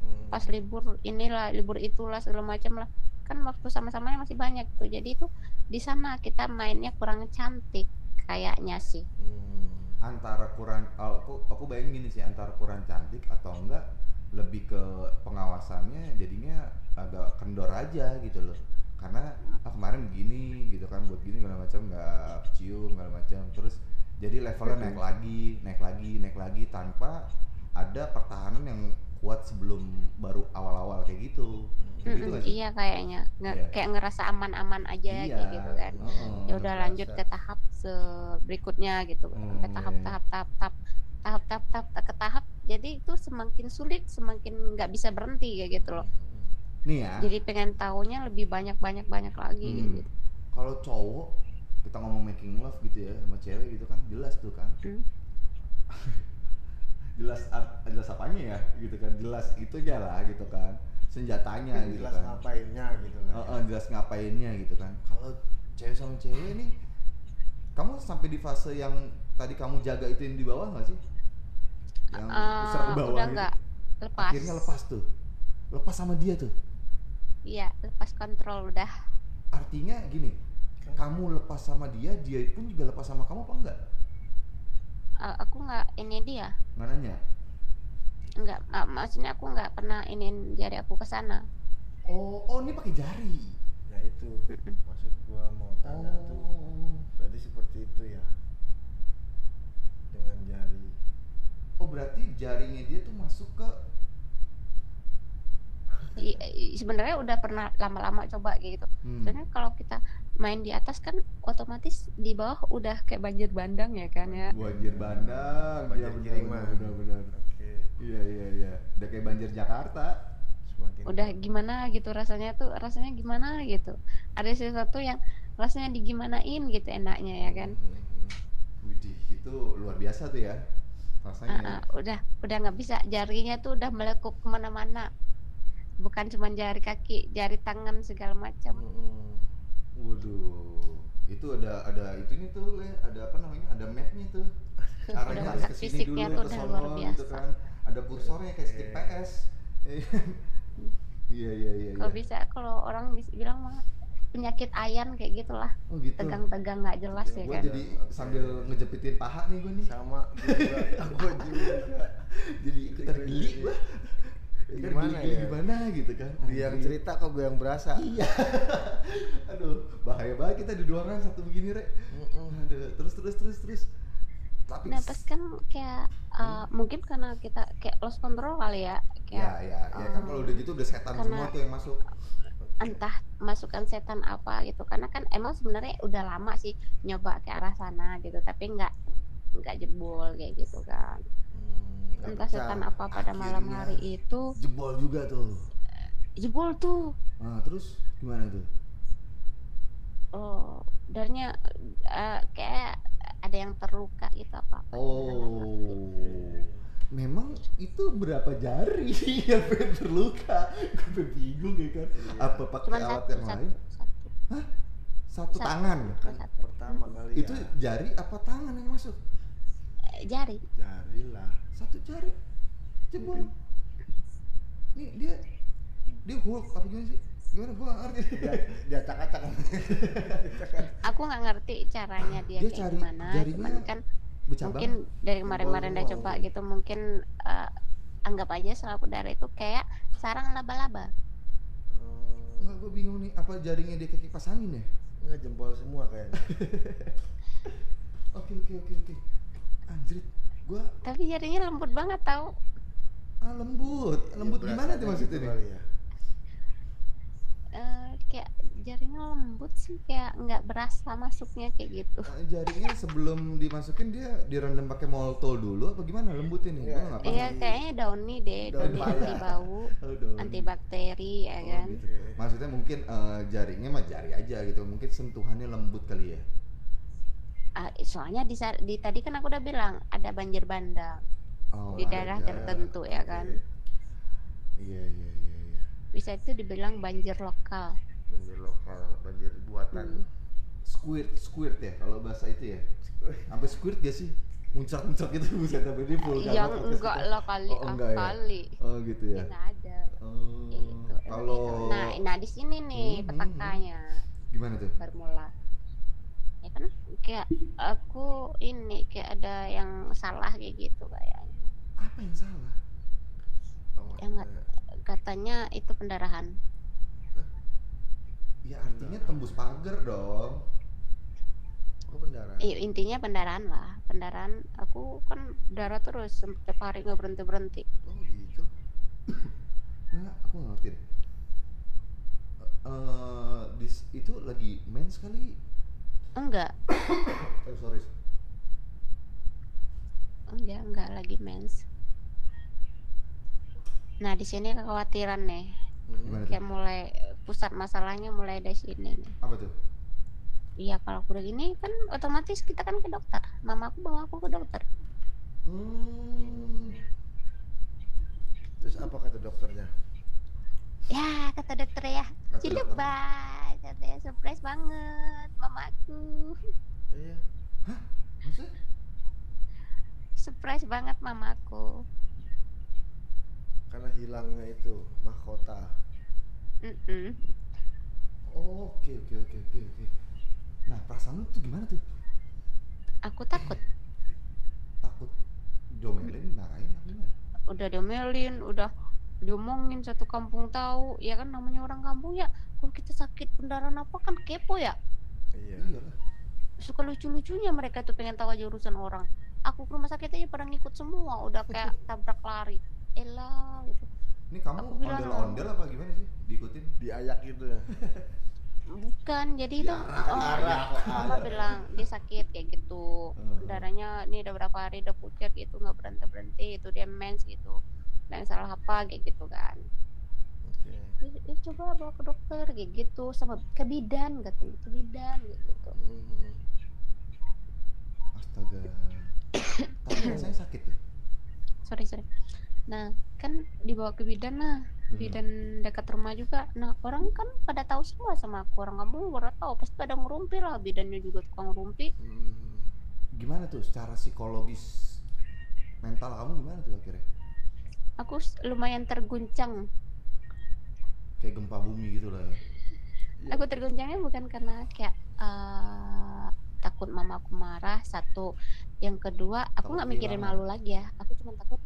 Speaker 1: Hmm.
Speaker 3: Pas libur inilah, libur itulah segala macam lah. Kan waktu sama-samanya masih banyak tuh. Jadi itu di sana kita mainnya kurang cantik kayaknya sih.
Speaker 1: Hmm.
Speaker 2: antara kurang oh, aku aku bayangin gini sih antara kurang cantik atau enggak lebih ke pengawasannya jadinya agak kendor aja gitu loh karena ah, kemarin begini gitu kan buat gini segala macam nggak cium segala macam terus jadi levelnya naik lagi naik lagi naik lagi tanpa ada pertahanan yang kuat sebelum baru awal-awal kayak gitu kayak gitu
Speaker 3: Mm-mm,
Speaker 2: nggak sih?
Speaker 3: iya kayaknya Nge-
Speaker 2: Iya.
Speaker 3: kayak ngerasa aman-aman aja kayak gitu kan.
Speaker 2: heeh.
Speaker 3: ya udah lanjut ke tahap se- berikutnya gitu
Speaker 2: Hmm,
Speaker 3: ke tahap
Speaker 2: iya.
Speaker 3: tahap tahap tahap tahap tahap tahap ke tahap jadi itu semakin sulit semakin nggak bisa berhenti kayak gitu loh
Speaker 1: Hmm.
Speaker 2: nih ya
Speaker 3: jadi pengen tahunya lebih banyak banyak banyak lagi
Speaker 2: Hmm.
Speaker 3: gitu
Speaker 2: Kalau cowok kita ngomong making love gitu ya sama cewek gitu kan jelas tuh kan.
Speaker 3: Hmm.
Speaker 2: [LAUGHS] jelas ap- jelas apanya ya gitu kan. Jelas itu aja lah gitu kan. Senjatanya
Speaker 1: Iya,
Speaker 2: gitu
Speaker 1: jelas
Speaker 2: kan. Oh,
Speaker 1: ngapainnya gitu lah
Speaker 2: Heeh, jelas ngapainnya gitu kan. Kalau cewek sama cewek nih kamu sampai di fase yang tadi kamu jaga itu yang di bawah nggak sih? Yang
Speaker 3: Eh,
Speaker 2: besar ke bawah
Speaker 3: udah
Speaker 2: gitu.
Speaker 3: nggak lepas
Speaker 2: Akhirnya lepas tuh. Lepas sama dia tuh.
Speaker 3: iya lepas kontrol udah
Speaker 2: Artinya gini, kamu lepas sama dia, dia pun juga lepas sama kamu apa enggak?
Speaker 3: Eh, aku nggak ini dia
Speaker 2: Nggak nanya?
Speaker 3: nggak eh, maksudnya aku nggak pernah ini jari aku ke sana
Speaker 2: Oh, oh ini pakai jari. Oh.
Speaker 1: ya itu
Speaker 3: Hmm.
Speaker 1: maksud gua mau tanya tuh berarti seperti itu ya dengan jari
Speaker 2: Oh berarti jarinya dia tuh masuk ke
Speaker 3: I- i- sebenarnya udah pernah lama-lama coba kayak gitu
Speaker 2: hmm.
Speaker 3: Karena kalau kita main di atas kan otomatis di bawah udah kayak banjir bandang ya kan ya.
Speaker 2: banjir bandang,
Speaker 1: Banjir
Speaker 2: Iya,
Speaker 1: kiriman.
Speaker 2: benar, benar.
Speaker 1: oke
Speaker 2: Iya iya iya. Udah kayak banjir Jakarta.
Speaker 1: semakin
Speaker 3: Udah gimana gitu rasanya tuh rasanya gimana gitu. Ada sesuatu yang rasanya digimanain gitu enaknya ya kan.
Speaker 1: Hmm,
Speaker 2: Widih, itu luar biasa tuh ya rasanya.
Speaker 3: Ah, ah, udah udah nggak bisa jarinya tuh udah melekuk kemana-mana. Bukan cuma jari kaki, jari tangan segala
Speaker 1: Hmm,
Speaker 3: macam.
Speaker 1: Mm-mm.
Speaker 2: Waduh, itu ada ada itunya tuh, Le. ada apa namanya? Ada mapnya tuh. Arahnya
Speaker 3: Udah,
Speaker 2: harus ke
Speaker 3: udah.
Speaker 2: sini
Speaker 3: Fisiknya
Speaker 2: dulu
Speaker 3: tuh
Speaker 2: ke
Speaker 3: udah
Speaker 2: sono
Speaker 3: luar
Speaker 2: gitu
Speaker 3: biasa.
Speaker 2: kan. Ada kursornya kayak stick
Speaker 1: Oke.
Speaker 2: PS. Iya iya iya.
Speaker 3: Kalau
Speaker 2: iya.
Speaker 3: bisa kalau orang bisa bilang mah penyakit ayan kayak gitulah,
Speaker 2: Oh gitu.
Speaker 3: tegang-tegang nggak jelas ya
Speaker 1: Gua
Speaker 2: Gue
Speaker 3: kan.
Speaker 2: jadi sambil ngejepitin paha nih gue nih.
Speaker 1: sama juga aku juga
Speaker 2: Jadi ikutan geli gue.
Speaker 1: gimana ya
Speaker 2: Gimana gitu kan?
Speaker 1: dia yang
Speaker 2: Anjing.
Speaker 1: cerita kok gue yang berasa
Speaker 2: Iya. [LAUGHS] Aduh, bahaya banget kita di ruangan satu begini, Rek.
Speaker 1: Mm-mm.
Speaker 2: Aduh, terus terus terus terus. Tapi
Speaker 3: Nah, pas kan kayak
Speaker 2: Hmm.
Speaker 3: uh, mungkin karena kita kayak lost control kali ya,
Speaker 2: ya
Speaker 3: kayak
Speaker 2: ya ya kan
Speaker 3: Oh.
Speaker 2: kalau udah gitu udah setan
Speaker 3: Karena-
Speaker 2: semua tuh yang masuk. Iya.
Speaker 3: entah masukan setan apa gitu. Karena kan emang sebenarnya udah lama sih nyoba ke arah sana gitu, tapi nggak nggak jebol kayak gitu kan.
Speaker 1: Mm, nggak
Speaker 3: Entah
Speaker 1: pecah.
Speaker 3: setan apa pada malam
Speaker 2: akhirnya.
Speaker 3: hari itu
Speaker 2: Jebol juga tuh.
Speaker 3: jebol tuh.
Speaker 2: Nah, terus gimana tuh?
Speaker 3: Oh, darinya uh, kayak ada yang terluka gitu apa apa.
Speaker 2: Oh. Memang itu berapa jari [LAUGHS] yang pengen terluka? Gue bingung ya kan.
Speaker 1: Iya.
Speaker 2: Apa pakai
Speaker 3: Cuman
Speaker 2: alat
Speaker 3: satu,
Speaker 2: yang
Speaker 3: satu,
Speaker 2: lain?
Speaker 3: satu.
Speaker 2: Satu,
Speaker 3: Satu.
Speaker 2: tangan.
Speaker 1: kan
Speaker 3: Satu.
Speaker 1: pertama kali
Speaker 2: Itu
Speaker 1: ya
Speaker 2: jari apa tangan yang masuk?
Speaker 3: Eh, Jari.
Speaker 1: jari lah
Speaker 2: Satu jari. Jebol. Nih dia dia Hulk apa gimana sih? Gimana gua nggak ngerti.
Speaker 1: Dia- dia [LAUGHS] acak-acak
Speaker 3: Aku nggak ngerti caranya dia,
Speaker 2: Dia
Speaker 3: kayak
Speaker 2: cari
Speaker 3: gimana.
Speaker 2: jarinya Oh.
Speaker 3: Cuman kan
Speaker 2: [LAUGHS] Bercabang.
Speaker 3: mungkin dari kemarin-kemarin udah
Speaker 1: Bawah
Speaker 3: coba
Speaker 1: doang.
Speaker 3: gitu mungkin eh, anggap aja selaput darah itu kayak sarang laba-laba
Speaker 2: Enggak gua bingung nih apa jarinya dia ke kipas angin ya?
Speaker 1: nggak jempol semua kayaknya
Speaker 2: Oke oke oke oke. Anjrit, gua
Speaker 3: tapi jarinya lembut banget tau
Speaker 2: ah, lembut. Lembut
Speaker 1: Ya,
Speaker 2: gimana
Speaker 1: berasanya
Speaker 2: tuh maksudnya
Speaker 1: gitu
Speaker 2: nih?
Speaker 1: kali ya.
Speaker 3: Eh, kayak jarinya lembut sih kayak nggak berasa masuknya kayak gitu
Speaker 2: Eh, Jarinya sebelum dimasukin dia direndam pakai molto dulu apa gimana lembutin nih?
Speaker 1: Iya.
Speaker 2: Gua nggak paham.
Speaker 3: iya kayaknya daunnya deh
Speaker 1: Daun
Speaker 3: daun
Speaker 1: pala.
Speaker 3: anti bau
Speaker 2: Aduh.
Speaker 3: antibakteri
Speaker 2: Oh,
Speaker 3: ya kan
Speaker 1: gitu ya.
Speaker 2: Maksudnya mungkin eh, jarinya mah jari aja gitu, mungkin sentuhannya lembut kali ya.
Speaker 3: Ah, soalnya di, sa- di tadi kan aku udah bilang ada banjir bandang
Speaker 2: Oh,
Speaker 3: di daerah
Speaker 2: ada.
Speaker 3: tertentu ya kan
Speaker 2: Iya iya iya. iya.
Speaker 3: bisa itu dibilang banjir lokal Hmm.
Speaker 1: banjir lokal banjir buatan
Speaker 2: Squirt squirt ya kalau bahasa itu ya. Sampai squirt gak sih? Muncrat-muncrat gitu buset tapi dia full
Speaker 3: yang
Speaker 2: galak podcast
Speaker 3: enggak
Speaker 2: kita.
Speaker 3: lokali
Speaker 2: Oh, enggak ya?
Speaker 3: kali
Speaker 2: Oh gitu ya.
Speaker 3: enggak ada
Speaker 2: Oh.
Speaker 3: gitu
Speaker 2: Kalau
Speaker 3: nah nah di sini nih
Speaker 2: Hmm, hmm,
Speaker 3: petakanya
Speaker 2: gimana tuh?
Speaker 3: bermula ya kan kayak aku ini kayak ada yang salah kayak gitu kayaknya
Speaker 2: Apa yang salah?
Speaker 1: Oh,
Speaker 3: Ya, nggak- katanya itu pendarahan
Speaker 2: Ya artinya tembus pagar dong.
Speaker 1: kok bendara
Speaker 3: eh, intinya pendarahan lah pendarahan aku kan darah terus setiap hari nggak berhenti berhenti
Speaker 1: oh gitu
Speaker 2: Nggak, aku nggak ngerti. deh. Eh eh, dis- itu lagi main sekali.
Speaker 3: enggak
Speaker 2: Eh sorry.
Speaker 3: enggak enggak lagi mens nah di sini kekhawatiran nih
Speaker 2: Gimana tuh?
Speaker 3: kayak mulai pusat masalahnya mulai dari sini nih
Speaker 2: Apa tuh?
Speaker 3: Iya kalau aku udah gini kan otomatis kita kan ke dokter. Mama aku bawa aku ke dokter.
Speaker 2: Hmm.
Speaker 1: terus apa kata dokternya
Speaker 3: Ya kata dokter ya,
Speaker 2: Kata
Speaker 3: cilek
Speaker 2: dokter.
Speaker 3: banget, katanya surprise banget mamaku.
Speaker 1: iya
Speaker 2: Maksudnya?
Speaker 3: Surprise banget mamaku.
Speaker 1: karena hilangnya itu mahkota
Speaker 3: Mm-mm.
Speaker 2: Oh, Oke oke oke oke oke. Nah perasaan lu tuh gimana tuh?
Speaker 3: Aku takut.
Speaker 2: Takut domelin, marahin apa gimana?
Speaker 3: Udah diomelin, udah diomongin satu kampung tahu. Ya kan namanya orang kampung ya. Kalau kita sakit pendarahan apa kan kepo ya.
Speaker 1: iya
Speaker 2: Iya lah.
Speaker 3: Suka lucu-lucunya mereka tuh pengen tahu aja urusan orang. Aku ke rumah sakit aja pada ngikut semua. Udah kayak tabrak lari. Elah gitu.
Speaker 2: Ini kamu
Speaker 3: Aku bilang
Speaker 2: ondel-ondel apa gimana sih?
Speaker 3: [COUGHS]
Speaker 2: Diikutin?
Speaker 1: diayak gitu [LAUGHS] ya
Speaker 3: Bukan, jadi itu
Speaker 2: Diarak,
Speaker 3: oh,
Speaker 1: diarak.
Speaker 3: mama bilang dia sakit kayak gitu.
Speaker 2: Hmm.
Speaker 3: Darahnya ini udah berapa hari udah pucat gitu, nggak berhenti berhenti itu dia mens gitu. Dan salah apa kayak gitu kan.
Speaker 1: oke
Speaker 3: Ya, ya coba bawa ke dokter kayak gitu sama ke bidan katanya, ke bidan kayak gitu.
Speaker 1: Mhm. Mm-hmm.
Speaker 2: Astaga. Tapi rasanya sakit tuh.
Speaker 3: Sorry, sorry. Nah, kan dibawa ke bidan nah,
Speaker 2: Hmm.
Speaker 3: bidan dekat rumah juga. Nah, orang kan pada tahu semua sama aku, orang kamu baru tahu pasti pada ngerumpi lah, bidannya juga tukang ngerumpi.
Speaker 1: Mhm.
Speaker 3: Mm-hmm.
Speaker 2: Gimana tuh secara psikologis mental kamu gimana tuh akhirnya?
Speaker 3: Aku s- lumayan terguncang
Speaker 2: Kayak gempa bumi gitu lah ya.
Speaker 1: Iya.
Speaker 3: aku terguncangnya bukan karena kayak eh, takut mama aku marah satu yang kedua aku
Speaker 2: Takut
Speaker 3: nggak mikirin
Speaker 2: kehilangan.
Speaker 3: malu lagi ya aku cuma takut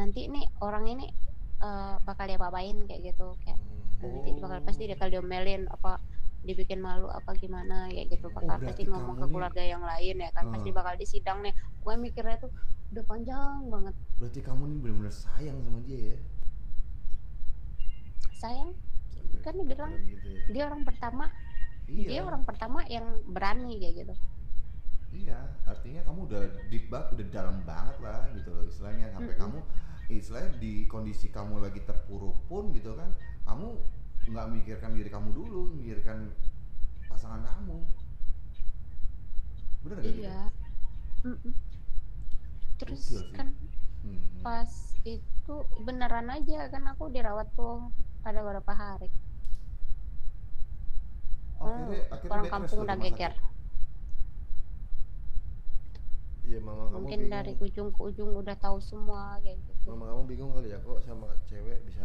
Speaker 3: nanti nih orang ini eh, bakal dia babain kayak gitu kayak
Speaker 1: Mhm.
Speaker 3: nanti bakal pasti dia bakal diomelin apa dibikin malu apa gimana kayak
Speaker 1: Oh,
Speaker 3: gitu bakal
Speaker 2: berarti
Speaker 3: pasti ngomong
Speaker 2: kamu
Speaker 3: ke
Speaker 2: nih-
Speaker 3: keluarga yang lain ya kan
Speaker 2: Hmm.
Speaker 3: pasti bakal disidang nih gue mikirnya tuh udah panjang banget
Speaker 2: Berarti kamu nih benar-benar sayang sama dia ya?
Speaker 3: sayang
Speaker 1: Sampai
Speaker 3: kan dibilang
Speaker 1: kepikiran gitu ya.
Speaker 3: dia orang pertama
Speaker 2: Iya.
Speaker 3: dia orang pertama yang berani kayak gitu
Speaker 2: Iya, artinya kamu udah deep banget, udah dalam banget lah gitu loh istilahnya sampai
Speaker 3: Mm-mm.
Speaker 2: kamu istilahnya di kondisi kamu lagi terpuruk pun gitu kan, kamu nggak mikirkan diri kamu dulu, mikirkan pasangan kamu. Bener gak gitu?
Speaker 3: Iya. Mm-mm. Terus
Speaker 2: Gokil sih.
Speaker 3: kan
Speaker 2: Hmm.
Speaker 3: pas itu beneran aja kan aku dirawat tuh pada beberapa hari.
Speaker 2: Oh, Akhirnya, akhirnya
Speaker 3: Orang
Speaker 2: bed rest
Speaker 3: kampung
Speaker 2: tuh
Speaker 3: udah
Speaker 2: rumah sakit.
Speaker 3: geger.
Speaker 1: iya mama kamu
Speaker 3: Mungkin
Speaker 1: bingung.
Speaker 3: dari ujung ke ujung udah tahu semua kayak gitu.
Speaker 1: mama kamu bingung kali ya kok sama cewek bisa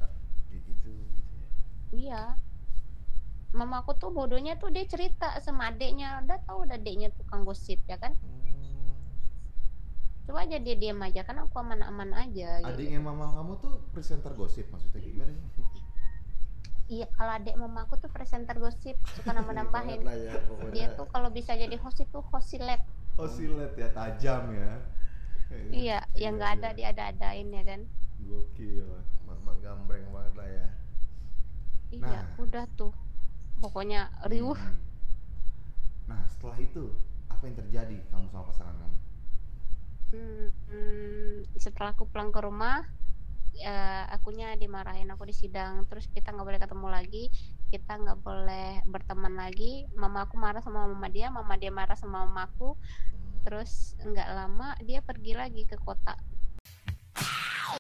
Speaker 1: kayak gitu gitu ya
Speaker 3: Iya. Mama aku tuh bodohnya tuh dia cerita sama adeknya, udah tahu udah adeknya tukang gosip ya kan.
Speaker 1: Hmm.
Speaker 3: Coba aja dia diam aja kan aku aman-aman aja. gitu.
Speaker 2: Adiknya mama kamu tuh presenter gosip maksudnya gimana sih?
Speaker 3: Iya, kalau adek mama aku tuh presenter gosip suka
Speaker 1: Ini
Speaker 2: [LAUGHS]
Speaker 3: nambah-nambahin.
Speaker 2: Iya,
Speaker 1: banget lah ya pokoknya
Speaker 3: Dia tuh kalau bisa jadi host itu host silet.
Speaker 2: Oh silet ya tajam ya.
Speaker 3: Iya, yang nggak ada dia ada-adain ya kan.
Speaker 2: Gokil.
Speaker 1: mak mak gambreng banget lah ya
Speaker 3: Iya,
Speaker 2: Nah.
Speaker 3: udah tuh. pokoknya riuh
Speaker 2: Hmm. Nah setelah itu apa yang terjadi kamu sama pasangan kamu?
Speaker 3: Hmm, hmm, setelah aku pulang ke rumah ya, akunya dimarahin aku di sidang terus kita nggak boleh ketemu lagi kita nggak boleh berteman lagi mama aku marah sama mama dia mama dia marah sama
Speaker 1: Mm-hmm.
Speaker 3: mamaku terus nggak lama dia pergi lagi ke kota